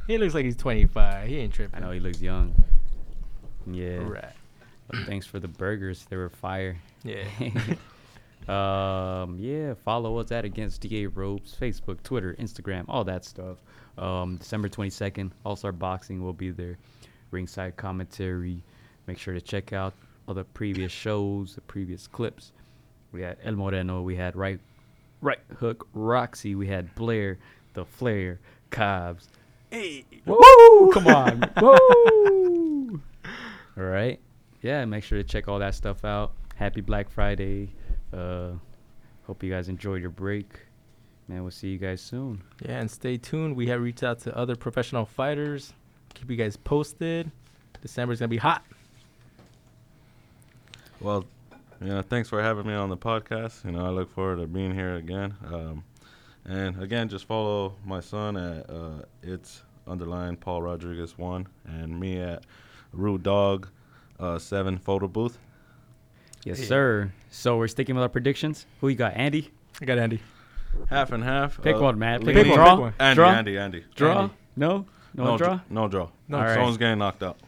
S1: he looks like he's 25. He ain't
S4: I
S1: tripping.
S4: know he looks young. Yeah.
S1: Right.
S4: But thanks for the burgers. They were fire.
S1: Yeah.
S4: um, yeah, follow us at Against DA Ropes, Facebook, Twitter, Instagram, all that stuff. Um, December 22nd, All Star Boxing will be there. Ringside commentary. Make sure to check out all the previous shows, the previous clips. We had El Moreno, we had Right, right Hook, Roxy, we had Blair, The Flair, Cobbs. Woo! Come on. Woo! All right. Yeah, make sure to check all that stuff out. Happy Black Friday. Uh, hope you guys enjoyed your break. Man, we'll see you guys soon.
S1: Yeah, and stay tuned. We have reached out to other professional fighters. Keep you guys posted. December's gonna be hot.
S2: Well, you know, thanks for having me on the podcast. You know, I look forward to being here again. Um, and again, just follow my son at uh, it's underline Paul Rodriguez one, and me at Rude Dog uh, seven photo booth.
S4: Yes, sir. So we're sticking with our predictions. Who you got, Andy?
S1: I got Andy.
S2: Half and half.
S4: Pick
S2: uh,
S4: one, man. Pick,
S1: Pick
S4: one.
S1: one,
S4: Draw.
S1: pick one.
S2: Andy,
S4: Draw?
S2: Andy, Andy.
S4: Draw?
S1: Andy.
S4: No? No,
S2: No,
S4: one draw?
S2: dr- no draw. No.
S4: All right.
S2: Someone's getting knocked out.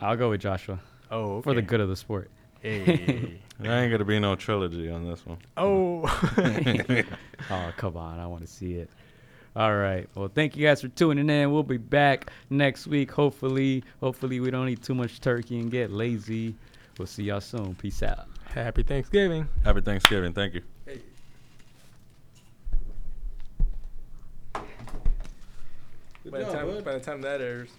S4: I'll go with Joshua
S1: Oh,
S4: for the good of the sport.
S1: Hey.
S2: There ain't gonna be no trilogy on this one.
S1: oh.
S4: Oh, come on. I want to see it. All right. Well, thank you guys for tuning in. We'll be back next week. Hopefully, hopefully we don't eat too much turkey and get lazy. We'll see y'all soon. Peace out.
S1: Happy Thanksgiving.
S2: Happy Thanksgiving. Thank you.
S1: By the, time, by the time that airs.